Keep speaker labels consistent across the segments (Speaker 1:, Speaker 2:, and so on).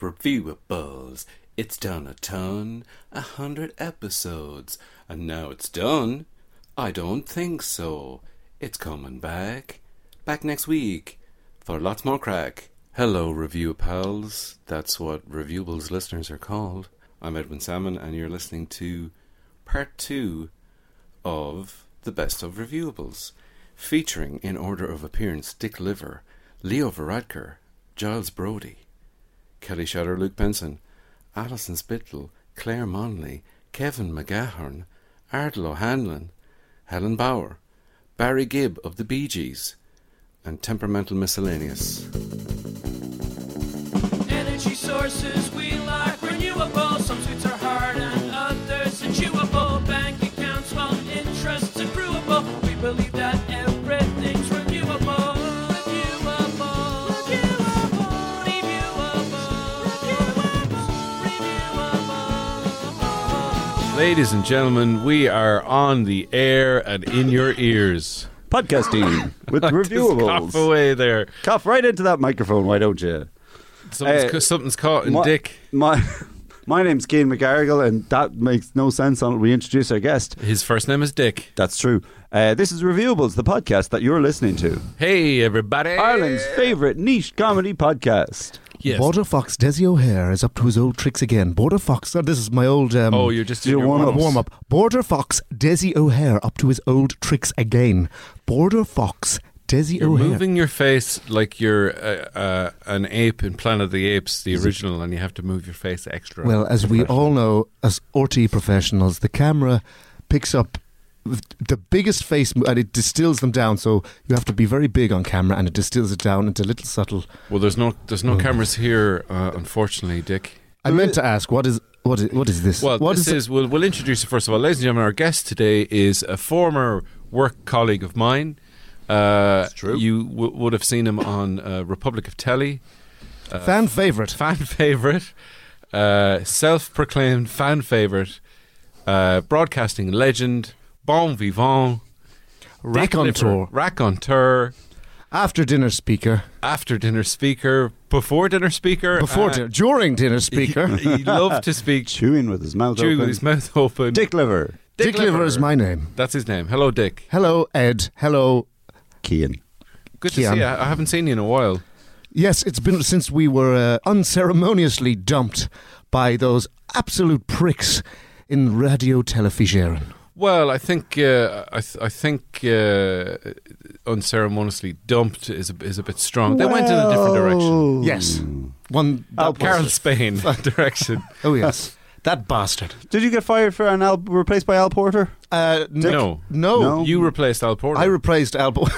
Speaker 1: Reviewables. It's done a ton, a hundred episodes, and now it's done. I don't think so. It's coming back, back next week, for lots more crack. Hello, review pals. That's what Reviewables listeners are called. I'm Edwin Salmon, and you're listening to part two of the best of reviewables, featuring in order of appearance Dick Liver, Leo Varadkar, Giles Brody, Kelly Shatter, Luke Benson, Alison Spittle, Claire Monley, Kevin McGahern, Ardlo Hanlon, Helen Bauer, Barry Gibb of the Bee Gees, and Temperamental Miscellaneous.
Speaker 2: Energy sources we like renewable. Some sweets are hard and others are chewable. Bank accounts while interests accruable. We believe that everything's renewable. Renewable. Renewable. Renewable.
Speaker 3: Ladies and gentlemen, we are on the air and in your ears.
Speaker 4: podcasting with
Speaker 3: Just cough
Speaker 4: reviewables.
Speaker 3: away there.
Speaker 4: Cough right into that microphone, why don't you?
Speaker 3: Something's,
Speaker 4: Uh,
Speaker 3: ca- something's caught in
Speaker 4: My,
Speaker 3: Dick.
Speaker 4: My, my name's Keane McGarrigle, and that makes no sense until we introduce our guest.
Speaker 3: His first name is Dick.
Speaker 4: That's true. Uh, this is Reviewables, the podcast that you're listening to.
Speaker 3: Hey, everybody.
Speaker 4: Ireland's favourite niche comedy podcast.
Speaker 3: Yes.
Speaker 5: Border Fox Desi O'Hare is up to his old tricks again. Border Fox, oh, this is my old um,
Speaker 3: Oh, you're just
Speaker 4: You're
Speaker 3: doing your
Speaker 4: one
Speaker 3: warm-up.
Speaker 4: of-
Speaker 5: warm up. Border Fox Desi O'Hare up to his old tricks again. Border Fox Desi
Speaker 3: You're
Speaker 5: O'Hare.
Speaker 3: moving your face like you're uh, uh, an ape in Planet of the Apes, the original, and you have to move your face extra.
Speaker 5: Well, as we all know, as RT professionals, the camera picks up th- the biggest face mo- and it distills them down. So you have to be very big on camera, and it distills it down into little subtle.
Speaker 3: well, there's no there's
Speaker 5: Mm.
Speaker 3: no cameras here, uh, unfortunately, Dick.
Speaker 5: I meant to ask, what is what is what is this?
Speaker 3: Well,
Speaker 5: What
Speaker 3: this
Speaker 5: is
Speaker 3: is, we'll, we'll introduce it first of all. Ladies and gentlemen, our guest today is a former work colleague of mine. Uh,
Speaker 4: true.
Speaker 3: You w- would have seen him on uh, Republic of Telly, Uh,
Speaker 5: fan favorite?
Speaker 3: fan favorite, uh, self proclaimed fan favorite, uh, broadcasting legend, bon vivant, Dick Liver,
Speaker 5: Raconteur,
Speaker 3: raconteur,
Speaker 5: after dinner speaker,
Speaker 3: after dinner speaker, before dinner speaker,
Speaker 5: before
Speaker 3: uh,
Speaker 5: dinner, during dinner speaker.
Speaker 3: He, he loved to speak,
Speaker 4: Chewing with his mouth
Speaker 3: chewing
Speaker 4: open.
Speaker 3: with his mouth open.
Speaker 4: Dick Liver.
Speaker 5: Dick, Liver is my name.
Speaker 3: That's his name. Hello, Dick.
Speaker 5: Hello, Ed. Hello.
Speaker 4: Keane.
Speaker 3: Good to
Speaker 5: Kian.
Speaker 3: see you. I I haven't seen you in a while.
Speaker 5: Yes, it's been since we were uh, unceremoniously dumped by those absolute pricks in Radio Telefigeren.
Speaker 3: Well, I think uh, I, th- I think uh, unceremoniously dumped is a, is a bit strong. They went in a different direction.
Speaker 5: Yes. One.
Speaker 4: Oh,
Speaker 5: that
Speaker 3: Carl
Speaker 5: bastard.
Speaker 3: Spain direction.
Speaker 5: Oh, yes. that bastard.
Speaker 4: Did you get fired for an Al, replaced by Al Porter?
Speaker 5: Uh, Nick-
Speaker 3: No.
Speaker 5: No.
Speaker 4: No.
Speaker 3: You replaced Al Porter.
Speaker 5: I replaced Al. Bo-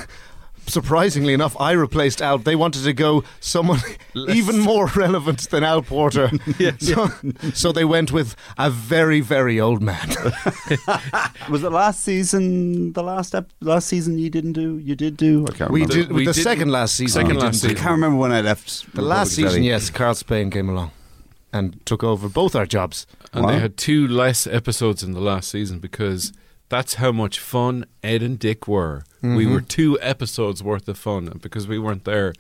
Speaker 5: Surprisingly enough, I replaced Al. They wanted to go someone
Speaker 3: Less-
Speaker 5: even more relevant than Al Porter. so, so they went with a very, very old man.
Speaker 4: Was it last season? The last ep- last season you didn't do? You did do? I can't
Speaker 5: We
Speaker 4: remember.
Speaker 5: did
Speaker 3: we
Speaker 5: the
Speaker 3: didn't-
Speaker 5: second last season.
Speaker 3: second
Speaker 5: we
Speaker 3: last
Speaker 5: didn't
Speaker 4: I
Speaker 3: season.
Speaker 4: can't remember when I left.
Speaker 5: The last
Speaker 4: Republic of
Speaker 5: season,
Speaker 4: Telly.
Speaker 5: yes, Carl Spain came along and took over both our jobs.
Speaker 3: and
Speaker 4: Wow.
Speaker 3: they had two less episodes in the last season because that's how much fun Ed and Dick were. We
Speaker 4: Mm-hmm.
Speaker 3: were two episodes worth of fun, and because we weren't there,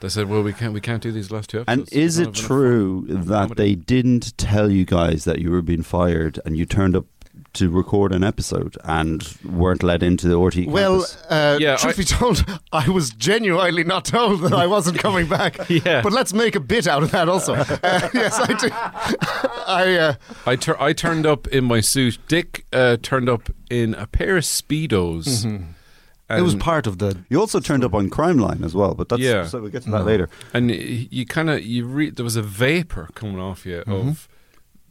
Speaker 3: they said, "Well, we can't we can't do these last two episodes."
Speaker 4: And is
Speaker 3: We don't
Speaker 4: it
Speaker 3: have enough
Speaker 4: true
Speaker 3: fun.
Speaker 4: that they didn't tell you guys that you were being fired and you turned up to record an episode and weren't let into the RT
Speaker 5: Well,
Speaker 4: campus?
Speaker 5: uh,
Speaker 3: Yeah,
Speaker 5: truth
Speaker 3: I-
Speaker 5: be told, I was genuinely not told that I wasn't coming back.
Speaker 3: Yeah.
Speaker 5: But let's make a bit out of that also. Uh, yes, I did. I, uh,
Speaker 3: I, tur- I turned up in my suit. Dick uh, turned up in a pair of speedos.
Speaker 4: Mm-hmm.
Speaker 5: it was
Speaker 3: And-
Speaker 5: part of the.
Speaker 4: you also turned up on Crime Line as well, but that's
Speaker 3: Yeah.
Speaker 4: so we'll get to that later.
Speaker 3: and y- you kind of you re- there was a vapor coming off you of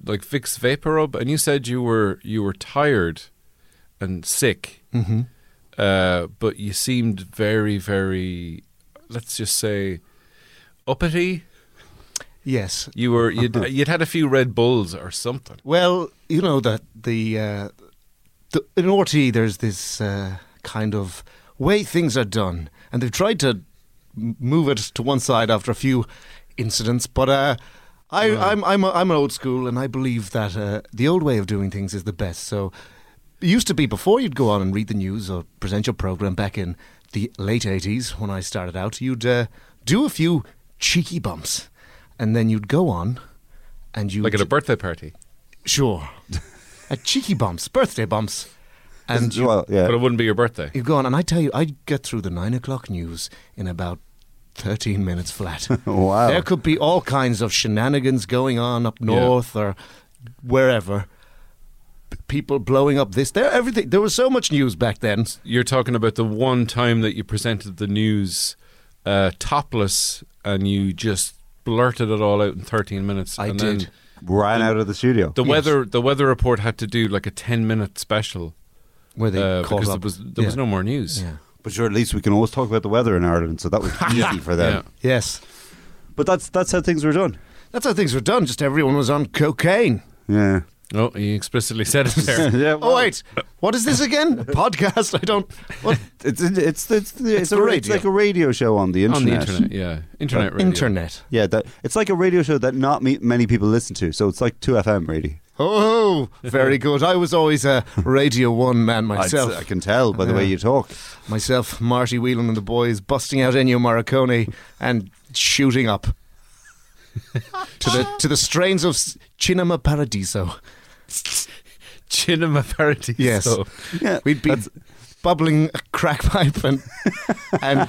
Speaker 3: like Vicks vapor rub, and you said you were you were tired and sick, mm-hmm. uh, but you seemed very very let's just say uppity.
Speaker 5: Yes.
Speaker 3: You were you'd, you'd had a few Red Bulls or something.
Speaker 5: Well, you know that the, uh, the in RT there's this uh, kind of way things are done, and they've tried to m- move it to one side after a few incidents. But uh, I, I'm I'm a, I'm an old school, and I believe that uh, the old way of doing things is the best. So it used to be before you'd go on and read the news or present your program back in the late '80s when I started out, you'd uh, do a few cheeky bumps and then you'd go on, and you
Speaker 3: Like at a birthday party.
Speaker 5: sure, at cheeky bumps, birthday bumps, and
Speaker 4: As well, yeah.
Speaker 3: But it wouldn't be your birthday.
Speaker 5: you go on. And I tell you, I'd get through the nine o'clock news in about thirteen minutes flat.
Speaker 4: Wow.
Speaker 5: There could be all kinds of shenanigans going on up north or wherever. P- People blowing up this, there, everything. There was so much news back then.
Speaker 3: You're talking about the one time that you presented the news uh, topless and you just blurted it all out in 13 minutes.
Speaker 5: I
Speaker 3: and
Speaker 5: did.
Speaker 3: Then
Speaker 4: Ran out of the studio.
Speaker 3: the weather the weather report had to do like a 10 minute special
Speaker 5: Where they
Speaker 3: uh,
Speaker 5: called
Speaker 3: because there
Speaker 5: up.
Speaker 3: was there was
Speaker 5: Yeah.
Speaker 3: no more news.
Speaker 5: Yeah.
Speaker 4: but sure, at least we can always talk about the weather in Ireland, so that was easy for them.
Speaker 3: Yeah.
Speaker 5: Yes,
Speaker 4: But that's that's how things were done.
Speaker 5: that's how things were done. Just everyone was on cocaine.
Speaker 4: Yeah.
Speaker 3: Oh, you explicitly said it there.
Speaker 4: yeah
Speaker 5: Oh wait, what is this again? A podcast? I don't. What?
Speaker 4: It's it's it's, it's, it's
Speaker 5: the
Speaker 4: a,
Speaker 5: radio.
Speaker 4: it's like a radio show on the internet.
Speaker 3: On the internet, yeah. Internet radio.
Speaker 5: Internet.
Speaker 4: Yeah, that it's like a radio show that not me, many people listen to. So it's like two FM really.
Speaker 5: Oh, very good. I was always a Radio One man
Speaker 4: I'd
Speaker 5: myself.
Speaker 4: s- I can tell by the way
Speaker 5: Yeah.
Speaker 4: you talk.
Speaker 5: myself, Marty Whelan, and the boys busting out Ennio Morricone and shooting up to the to the strains of s- Cinema Paradiso.
Speaker 3: Cinema parody.
Speaker 5: Yes.
Speaker 3: So,
Speaker 4: Yeah,
Speaker 5: We'd be bubbling a crack pipe and and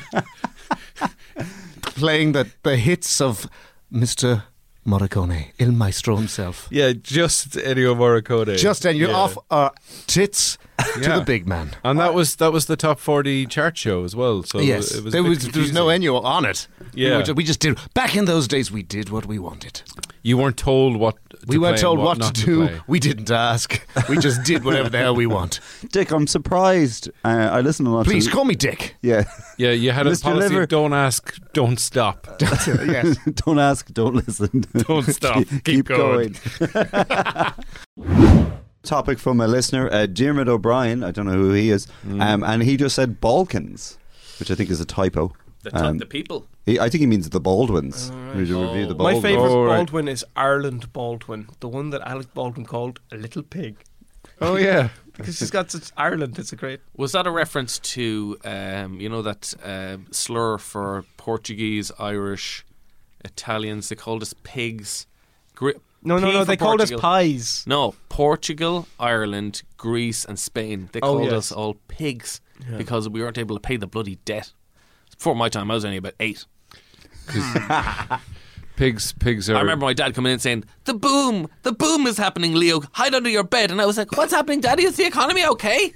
Speaker 5: playing the the hits of Mister Morricone, Il Maestro himself.
Speaker 3: yeah, just Ennio Morricone.
Speaker 5: Just and you're
Speaker 3: Yeah.
Speaker 5: off our tits to
Speaker 3: Yeah.
Speaker 5: the big man.
Speaker 3: And that was that was the top forty chart show as well. So
Speaker 5: yes,
Speaker 3: it was a
Speaker 5: there
Speaker 3: bit
Speaker 5: was there was no
Speaker 3: confusing.
Speaker 5: Ennio on it. we,
Speaker 3: Yeah.
Speaker 5: were ju- we just did. Back in those days, we did what we wanted.
Speaker 3: You weren't told what to
Speaker 5: We weren't
Speaker 3: play
Speaker 5: told
Speaker 3: and
Speaker 5: what,
Speaker 3: not
Speaker 5: to do.
Speaker 3: play.
Speaker 5: we didn't ask. We just did whatever the hell we want.
Speaker 4: Dick, I'm surprised. Uh, I listen a lot.
Speaker 5: Please
Speaker 4: to,
Speaker 5: call me Dick.
Speaker 4: Yeah,
Speaker 3: Yeah, you had a
Speaker 4: Mr.
Speaker 3: policy:
Speaker 4: Liver-
Speaker 3: don't ask, don't stop.
Speaker 5: yes.
Speaker 4: don't ask, don't listen,
Speaker 3: Uh, Don't stop, keep going.
Speaker 4: Topic from a listener, uh, Dermot O'Brien. I don't know who he is,
Speaker 3: Mm.
Speaker 4: um, and he just said Balkans, which I think is a typo.
Speaker 6: The, t-
Speaker 4: Um,
Speaker 6: the people.
Speaker 4: he, I think he means the Baldwins. We should review the
Speaker 6: My
Speaker 4: Baldwins.
Speaker 6: favourite
Speaker 3: Oh, right.
Speaker 6: Baldwin is Ireland Baldwin, the one that Alec Baldwin called a little pig.
Speaker 3: oh yeah,
Speaker 6: Because she's got such Ireland, it's a great.
Speaker 7: Was that a reference to um, you know that uh, slur for Portuguese, Irish, Italians? They called us pigs. Gre-
Speaker 6: No, no,
Speaker 7: P
Speaker 6: no,
Speaker 7: for
Speaker 6: they called us
Speaker 7: Portugal.
Speaker 6: pies.
Speaker 7: No, Portugal, Ireland, Greece, and Spain. They
Speaker 6: Oh,
Speaker 7: called
Speaker 6: yes.
Speaker 7: us all pigs because we weren't able to pay the bloody debt. Before my time, I was only about eight.
Speaker 3: pigs, pigs are.
Speaker 7: I remember my dad coming in saying, "The boom, the boom is happening, Leo. Hide under your bed." And I was like, "What's happening, Daddy? Is the economy okay?"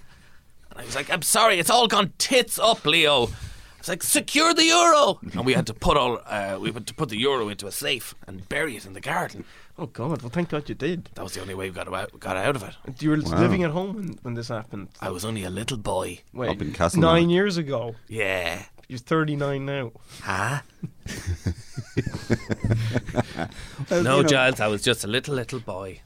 Speaker 7: And I was like, "I'm sorry, it's all gone tits up, Leo." It's like secure the euro, and we had to put all uh, we had to put the euro into a safe and bury it in the garden.
Speaker 6: Oh, God. Well, thank God you did.
Speaker 7: That was the only way we got out, got out of it.
Speaker 6: You were living at home when, when this happened.
Speaker 7: I was only a little boy.
Speaker 6: Wait,
Speaker 4: Up in Castleknock.
Speaker 6: nine years ago.
Speaker 7: Yeah,
Speaker 6: You're 39 now.
Speaker 7: huh?
Speaker 4: Uh,
Speaker 7: No,
Speaker 4: you know,
Speaker 7: Giles, I was just a little little boy.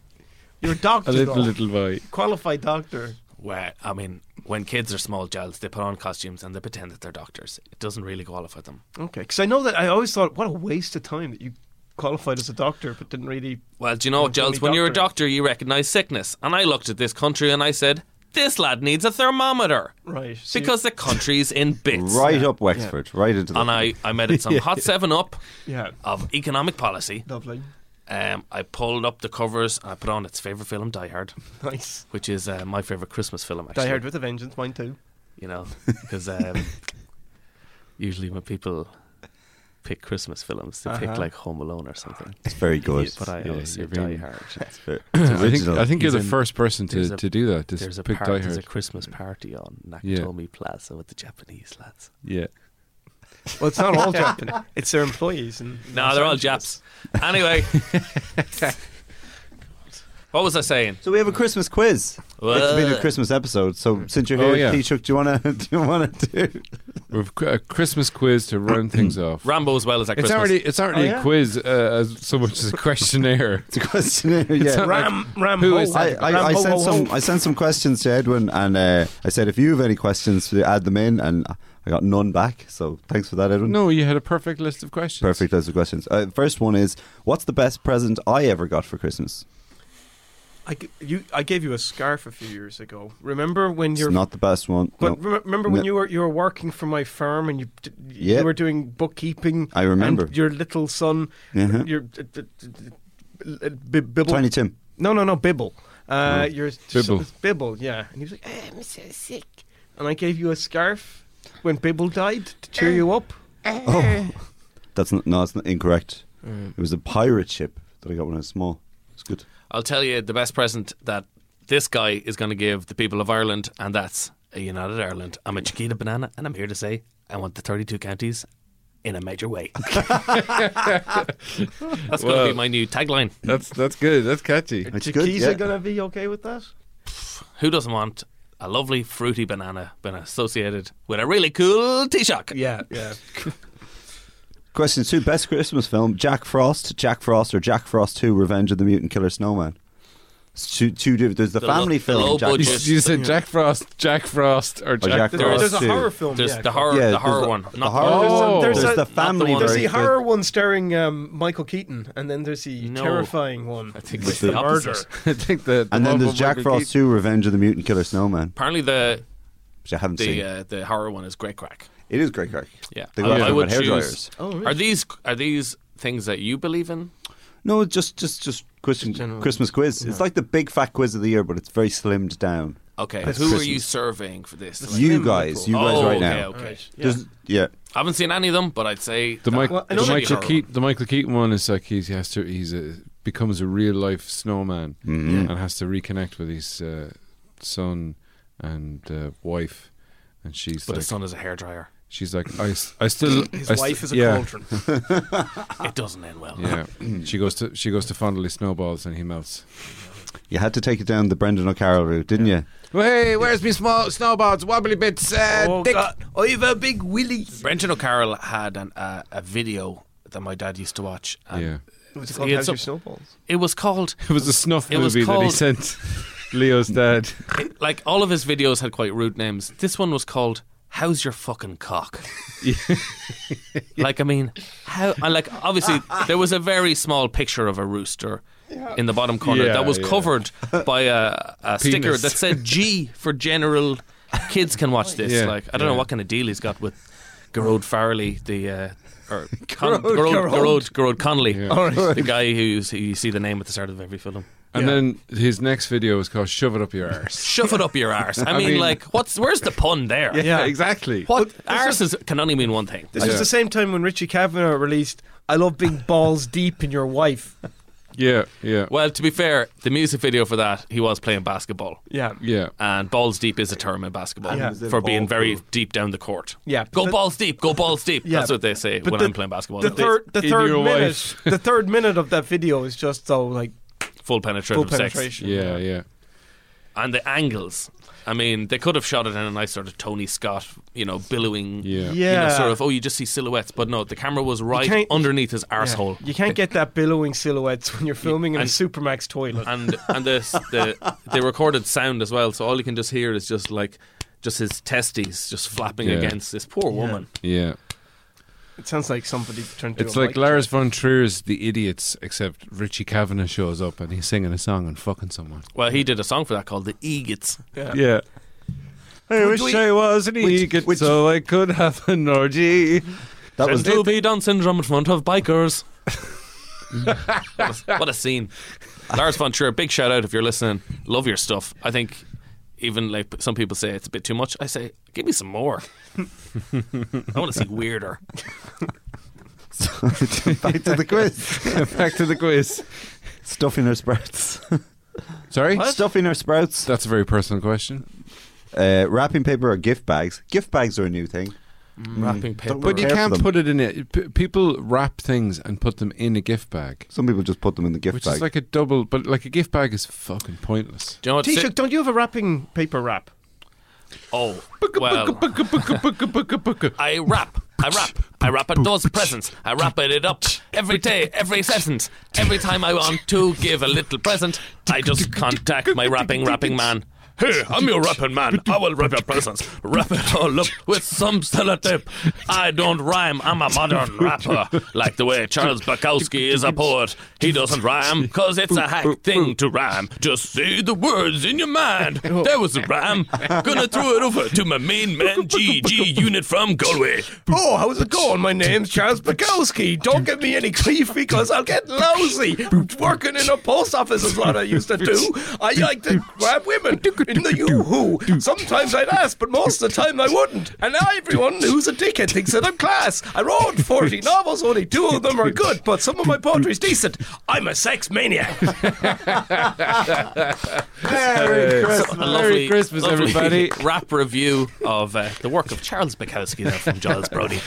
Speaker 6: You're a doctor.
Speaker 3: a little
Speaker 6: though.
Speaker 3: little boy.
Speaker 6: Qualified doctor.
Speaker 7: Where I mean, when kids are small, Giles, they put on costumes and they pretend that they're doctors. It doesn't really qualify them.
Speaker 6: Okay. Because I know that I always thought, what a waste of time that you qualified as a doctor, but didn't really.
Speaker 7: Well, do you know what,
Speaker 6: You're a
Speaker 7: Giles? When you're a
Speaker 6: doctor.
Speaker 7: doctor, you recognise sickness. And I looked at this country and I said, this lad needs a thermometer
Speaker 6: Right. so you-
Speaker 7: because the country's in bits.
Speaker 4: right up Wexford, right into the.
Speaker 7: And I, I made it some hot 7 up
Speaker 6: Yeah.
Speaker 7: of economic policy.
Speaker 6: Lovely.
Speaker 7: Um, I pulled up the covers and I put on its favourite film, Die Hard,
Speaker 6: Nice.
Speaker 7: which is uh, my favourite Christmas film, actually.
Speaker 6: Die Hard with a Vengeance, mine too.
Speaker 7: You know, because um, usually when people pick Christmas films, they pick
Speaker 6: Uh-huh.
Speaker 7: like Home Alone or something.
Speaker 4: it's very good.
Speaker 7: But I
Speaker 3: Yeah,
Speaker 7: always say
Speaker 3: you're
Speaker 7: Die
Speaker 3: very-
Speaker 7: Hard.
Speaker 4: It's very- it's
Speaker 3: I think
Speaker 4: original.
Speaker 3: I think you're the
Speaker 7: He's in-
Speaker 3: first person
Speaker 7: there's
Speaker 3: to,
Speaker 7: a-
Speaker 3: to do that. Just
Speaker 7: There's a,
Speaker 3: pick
Speaker 7: par-
Speaker 3: Die
Speaker 7: there's a
Speaker 3: Hard.
Speaker 7: Christmas party on
Speaker 3: Yeah.
Speaker 7: Nakatomi Plaza with the Japanese lads.
Speaker 3: Yeah.
Speaker 6: Well, it's not all Japanese. It's their employees. And
Speaker 7: No, they're all Japs. Anyway. what was I saying?
Speaker 4: So we have a Christmas quiz. It's been a
Speaker 7: Uh,
Speaker 4: Christmas episode, so since you're here,
Speaker 3: Oh, yeah.
Speaker 4: Taoiseach, do you wanna do you wanna do?
Speaker 3: We've qu- a Christmas quiz to round things off.
Speaker 7: Rambo as well as that
Speaker 3: It's
Speaker 7: Christmas.
Speaker 3: already it's already
Speaker 6: Oh, yeah?
Speaker 3: a quiz uh, as so much as a questionnaire.
Speaker 4: It's a questionnaire.
Speaker 3: It's
Speaker 4: Yeah.
Speaker 3: not like-
Speaker 6: Ram, Ram,
Speaker 3: Who
Speaker 6: ho.
Speaker 3: is
Speaker 4: I,
Speaker 3: that?
Speaker 4: I, I
Speaker 6: Ram, ho,
Speaker 4: sent
Speaker 6: ho, ho.
Speaker 4: some I sent some questions to Edwin and uh, I said if you have any questions to add them in and I got none back so thanks for that Edwin.
Speaker 3: no, you had a perfect list of questions.
Speaker 4: Perfect list of questions. Uh, first one is what's the best present I ever got for Christmas?
Speaker 6: I, g- you, I gave you a scarf a few years ago. Remember when
Speaker 4: It's
Speaker 6: you're
Speaker 4: not the best one.
Speaker 6: But
Speaker 4: No.
Speaker 6: rem- remember when
Speaker 4: No.
Speaker 6: you were you were working for my firm and you d-
Speaker 4: Yeah.
Speaker 6: you were doing bookkeeping.
Speaker 4: I remember.
Speaker 6: And your little son,
Speaker 4: Uh-huh.
Speaker 6: your d- d- d- d- b- b- bibble.
Speaker 4: Tiny Tim.
Speaker 6: No, no, no, bibble. Uh, Your
Speaker 3: Bibble.
Speaker 6: son- bibble, yeah. And he was like, "Eh, "I'm so sick," and I gave you a scarf when Bibble died to cheer you up.
Speaker 4: Oh, that's not, no, that's not incorrect.
Speaker 3: Mm.
Speaker 4: It was a pirate ship that I got when I was small. It's good.
Speaker 7: I'll tell you the best present that this guy is going to give the people of Ireland, and that's a United Ireland. I'm a Chiquita banana, and I'm here to say I want the 32 counties in a major way. that's going to
Speaker 3: Well-
Speaker 7: be my new tagline.
Speaker 3: That's that's good. That's catchy.
Speaker 4: It's good.
Speaker 6: Chiquita
Speaker 4: yeah.
Speaker 6: gonna be okay with that?
Speaker 7: Who doesn't want a lovely fruity banana been associated with a really cool Taoiseach?
Speaker 6: Yeah, yeah.
Speaker 4: Question two: Best Christmas film: Jack Frost, Jack Frost, or Jack Frost Two: Revenge of the Mutant Killer Snowman. It's two, two diff- There's the,
Speaker 7: The
Speaker 4: family
Speaker 7: lo-
Speaker 4: film.
Speaker 7: low
Speaker 4: Jack Oh,
Speaker 7: budget.
Speaker 3: You,
Speaker 7: Just-
Speaker 3: you said Jack Frost, Jack Frost, or Jack,
Speaker 4: Jack
Speaker 6: There-
Speaker 4: Frost.
Speaker 6: there's a
Speaker 4: too.
Speaker 6: horror film.
Speaker 7: There's
Speaker 6: yeah,
Speaker 7: the horror,
Speaker 4: Yeah,
Speaker 7: the horror
Speaker 4: there's a-
Speaker 7: one.
Speaker 4: the
Speaker 7: not
Speaker 4: horror-
Speaker 6: There's
Speaker 3: Oh.
Speaker 6: a-
Speaker 4: There's
Speaker 6: there's a-
Speaker 4: the family
Speaker 7: one-
Speaker 6: There's
Speaker 4: version.
Speaker 6: the
Speaker 4: Very
Speaker 6: horror one starring um, Michael Keaton, and then there's the
Speaker 7: No.
Speaker 6: terrifying one. I
Speaker 7: think
Speaker 4: it's the
Speaker 7: opposite.
Speaker 3: I think the, the
Speaker 4: And then
Speaker 3: love
Speaker 4: there's
Speaker 3: of
Speaker 4: Jack
Speaker 3: Michael
Speaker 4: Frost
Speaker 3: Keaton.
Speaker 4: Two: Revenge of the Mutant Killer Snowman,
Speaker 7: Apparently the
Speaker 4: which I haven't
Speaker 7: the
Speaker 4: seen.
Speaker 7: uh, the horror one is great crack.
Speaker 4: it is great crack.
Speaker 7: Yeah,
Speaker 4: They go after them at hair
Speaker 7: choose-
Speaker 4: dryers.
Speaker 3: Oh,
Speaker 7: Are these are these things that you believe in?
Speaker 4: No, it's just just just Christian,
Speaker 3: Oh.
Speaker 6: general-
Speaker 4: Christmas quiz. It's like the big fat quiz of the year, but it's very slimmed down.
Speaker 7: Okay,
Speaker 4: That's
Speaker 7: who are
Speaker 4: Christmas.
Speaker 7: you surveying for this? Like-
Speaker 4: you
Speaker 6: slim
Speaker 4: guys,
Speaker 6: people.
Speaker 4: you guys,
Speaker 7: oh,
Speaker 4: right
Speaker 7: okay,
Speaker 4: now.
Speaker 7: okay.
Speaker 6: Right, yeah.
Speaker 4: There's- yeah.
Speaker 7: I haven't seen any of them, but I'd say
Speaker 3: The,
Speaker 7: that-
Speaker 3: Mike,
Speaker 6: Well, I
Speaker 3: the
Speaker 6: know that
Speaker 3: Michael
Speaker 7: you-
Speaker 3: Keaton, the Michael Keaton one is like he's, he has to he's a, becomes a real life snowman
Speaker 4: Mm-hmm.
Speaker 3: and has to reconnect with his uh, son and uh, wife, and she's
Speaker 7: But
Speaker 3: like
Speaker 7: his son is a hairdryer.
Speaker 3: she's like I, s- I still
Speaker 6: His
Speaker 3: I st-
Speaker 6: wife is a
Speaker 3: yeah,
Speaker 6: cauldron.
Speaker 7: It doesn't end well.
Speaker 3: Yeah, she goes to she goes to fondle his snowballs and he melts.
Speaker 4: You had to take it down the Brendan O'Carroll route, didn't you?
Speaker 3: Hey, where's me small snowballs? Wobbly bits, uh,
Speaker 6: Oh,
Speaker 3: dick.
Speaker 6: God. I've a big willy.
Speaker 7: Brenton O'Carroll had an, uh, a video that my dad used to watch. And
Speaker 3: Yeah,
Speaker 6: It's
Speaker 7: He
Speaker 6: called
Speaker 7: had
Speaker 6: How's
Speaker 7: some-
Speaker 6: Your Snowballs.
Speaker 7: It was called
Speaker 3: it was a snuff
Speaker 7: It was
Speaker 3: movie that he
Speaker 7: called-
Speaker 3: sent Leo's dad.
Speaker 7: it- like all of his videos had quite rude names. This one was called "How's Your Fucking Cock." like I mean, how? And like obviously there was a very small picture of a rooster in the bottom corner
Speaker 3: Yeah,
Speaker 7: that was
Speaker 3: yeah.
Speaker 7: covered by a, a sticker
Speaker 3: Penis.
Speaker 7: that said "G" for general. Kids can watch this.
Speaker 3: Yeah,
Speaker 7: like I don't know
Speaker 3: yeah.
Speaker 7: what kind of deal he's got with Gerard Farley, the uh, or Con-
Speaker 6: Gerard,
Speaker 7: Gerard,
Speaker 6: Gerard.
Speaker 7: Gerard, Gerard Connolly,
Speaker 3: Yeah.
Speaker 7: the guy who's who you see the name at the start of every film.
Speaker 3: And then his next video was called "Shove It Up Your Arse."
Speaker 7: Shove it up your arse. I, mean,
Speaker 3: mean-
Speaker 7: like, what's where's the pun there?
Speaker 3: exactly.
Speaker 7: What arse is, can only mean one thing.
Speaker 6: This
Speaker 3: Yeah.
Speaker 6: was the same time when Richie Kavanaugh released "I Love Being Balls Deep in Your Wife."
Speaker 3: Yeah, yeah,
Speaker 7: Well, to be fair, the music video for that he was playing basketball,
Speaker 6: Yeah,
Speaker 3: yeah.
Speaker 7: and balls deep is a term in basketball
Speaker 6: Yeah.
Speaker 7: for being very deep down the court.
Speaker 6: Yeah.
Speaker 7: go
Speaker 6: But-
Speaker 7: balls deep, go balls deep.
Speaker 6: Yeah.
Speaker 7: That's what they say
Speaker 6: But
Speaker 7: when
Speaker 6: the-
Speaker 7: I'm playing basketball.
Speaker 6: the
Speaker 7: They-
Speaker 6: third, the
Speaker 3: in
Speaker 6: third
Speaker 3: your
Speaker 6: minute, the third minute of that video is just so like
Speaker 7: full penetrative
Speaker 6: full
Speaker 7: sex,
Speaker 6: penetration.
Speaker 3: Yeah, yeah.
Speaker 7: and the angles. I mean, they could have shot it in a nice sort of Tony Scott, you know, billowing,
Speaker 3: Yeah.
Speaker 7: you know,
Speaker 6: Yeah.
Speaker 7: sort of. Oh, you just see silhouettes, but no, the camera was right
Speaker 6: can't-
Speaker 7: underneath his arsehole.
Speaker 6: You can't get that billowing silhouettes when you're filming in a
Speaker 7: and-
Speaker 6: Supermax toilet.
Speaker 7: and and the, the they recorded sound as well, so all you can just hear is just like just his testes just flapping
Speaker 3: Yeah.
Speaker 7: against this poor woman.
Speaker 3: Yeah.
Speaker 6: It sounds like somebody turned.
Speaker 3: It's like Lars von Trier's The Idiots, except Richie Kavanagh shows up and he's singing a song and fucking someone.
Speaker 7: Well, he did a song for that called "The Egots."
Speaker 3: Yeah. I wish I was an egot so I could have an orgy.
Speaker 4: That was
Speaker 7: And to be Down syndrome in front of bikers. what, a, what a scene! Lars von Trier, big shout out if you're listening. Love your stuff. I think even like some people say it's a bit too much. I say give me some more. I want to see weirder.
Speaker 4: back to the quiz.
Speaker 3: Back to the quiz.
Speaker 4: Stuffing her sprouts.
Speaker 3: Sorry?
Speaker 4: Stuffing her sprouts.
Speaker 3: That's a very personal question.
Speaker 4: Uh, wrapping paper or gift bags. Gift bags are a new thing.
Speaker 7: Mm. Wrapping paper.
Speaker 4: Don't
Speaker 3: But you
Speaker 4: Care for
Speaker 3: can't
Speaker 4: them.
Speaker 3: put it in it. P- people wrap things and put them in a gift bag,
Speaker 4: Some people just put them in the gift
Speaker 3: which
Speaker 4: bag.
Speaker 3: is like a double, but like a gift bag is fucking pointless.
Speaker 7: Do you know what?
Speaker 6: T-shirt. Don't you have a wrapping paper wrap?
Speaker 7: Oh, well. I rap, I rap, I rap at those presents. I wrap it up every day, every sentence. Every time I want to give a little present, I just contact my rapping, rapping man. Hey, I'm your rapping man. I will rap your presents. Wrap it all up with some sellotape. I don't rhyme. I'm a modern rapper. Like the way Charles Bukowski is a poet. He doesn't rhyme, cause it's a hack thing to rhyme. Just say the words in your mind. There was a rhyme. Gonna throw it over to my main man, GG Unit from Galway.
Speaker 6: Oh, how's it going? My name's Charles Bukowski. Don't give me any grief because I'll get lousy. Working in a post office is what I used to do. I like to grab women in the yoo-hoo. Sometimes I'd ask, but most of the time I wouldn't. And now everyone who's a dickhead thinks that I'm class. I wrote 40 novels, only two of them are good, but some of my poetry's decent. I'm a sex maniac.
Speaker 4: Merry
Speaker 7: A
Speaker 4: Christmas.
Speaker 7: lovely-
Speaker 3: Christmas,
Speaker 7: lovely
Speaker 3: everybody.
Speaker 7: Rap review of uh, the work of Charles Bukowski there from Giles Brody.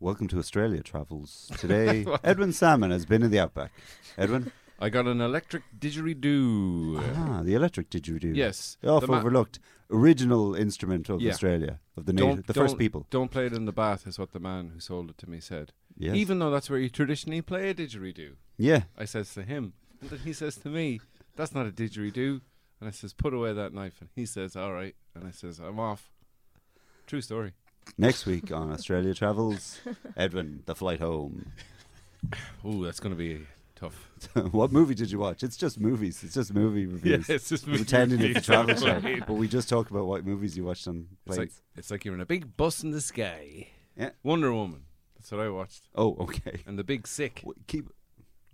Speaker 4: Welcome to Australia Travels. Today, Edwin Salmon has been in the outback. Edwin?
Speaker 3: I got an electric didgeridoo.
Speaker 4: Ah, the electric didgeridoo.
Speaker 3: Yes.
Speaker 4: Off
Speaker 3: The ma-
Speaker 4: overlooked. Original instrument of
Speaker 3: Yeah.
Speaker 4: Australia, of the
Speaker 3: Don't-
Speaker 4: native, the first
Speaker 3: don't-
Speaker 4: people.
Speaker 3: Don't play it in the bath, is what the man who sold it to me said.
Speaker 4: Yes.
Speaker 3: Even though that's where you traditionally play a didgeridoo.
Speaker 4: Yeah.
Speaker 3: I says to him, and then he says to me, "That's not a didgeridoo." And I says, "Put away that knife." And he says, "All right." And I says, "I'm off." True story.
Speaker 4: Next week on Australia Travels, Edwin, the flight home.
Speaker 3: Ooh, that's gonna be tough.
Speaker 4: what movie did you watch? It's just movies. It's just movie reviews.
Speaker 3: it's just
Speaker 4: We're
Speaker 3: movie
Speaker 4: pretending it's a
Speaker 3: reviews,
Speaker 4: travel
Speaker 3: that's what I
Speaker 4: show, but we just talk about what movies you watched on
Speaker 3: It's
Speaker 4: planes.
Speaker 3: like it's like you're in a big bus in the sky.
Speaker 4: Yeah.
Speaker 3: Wonder Woman. That's what I watched.
Speaker 4: oh, okay.
Speaker 3: And the Big Sick.
Speaker 4: W- Keep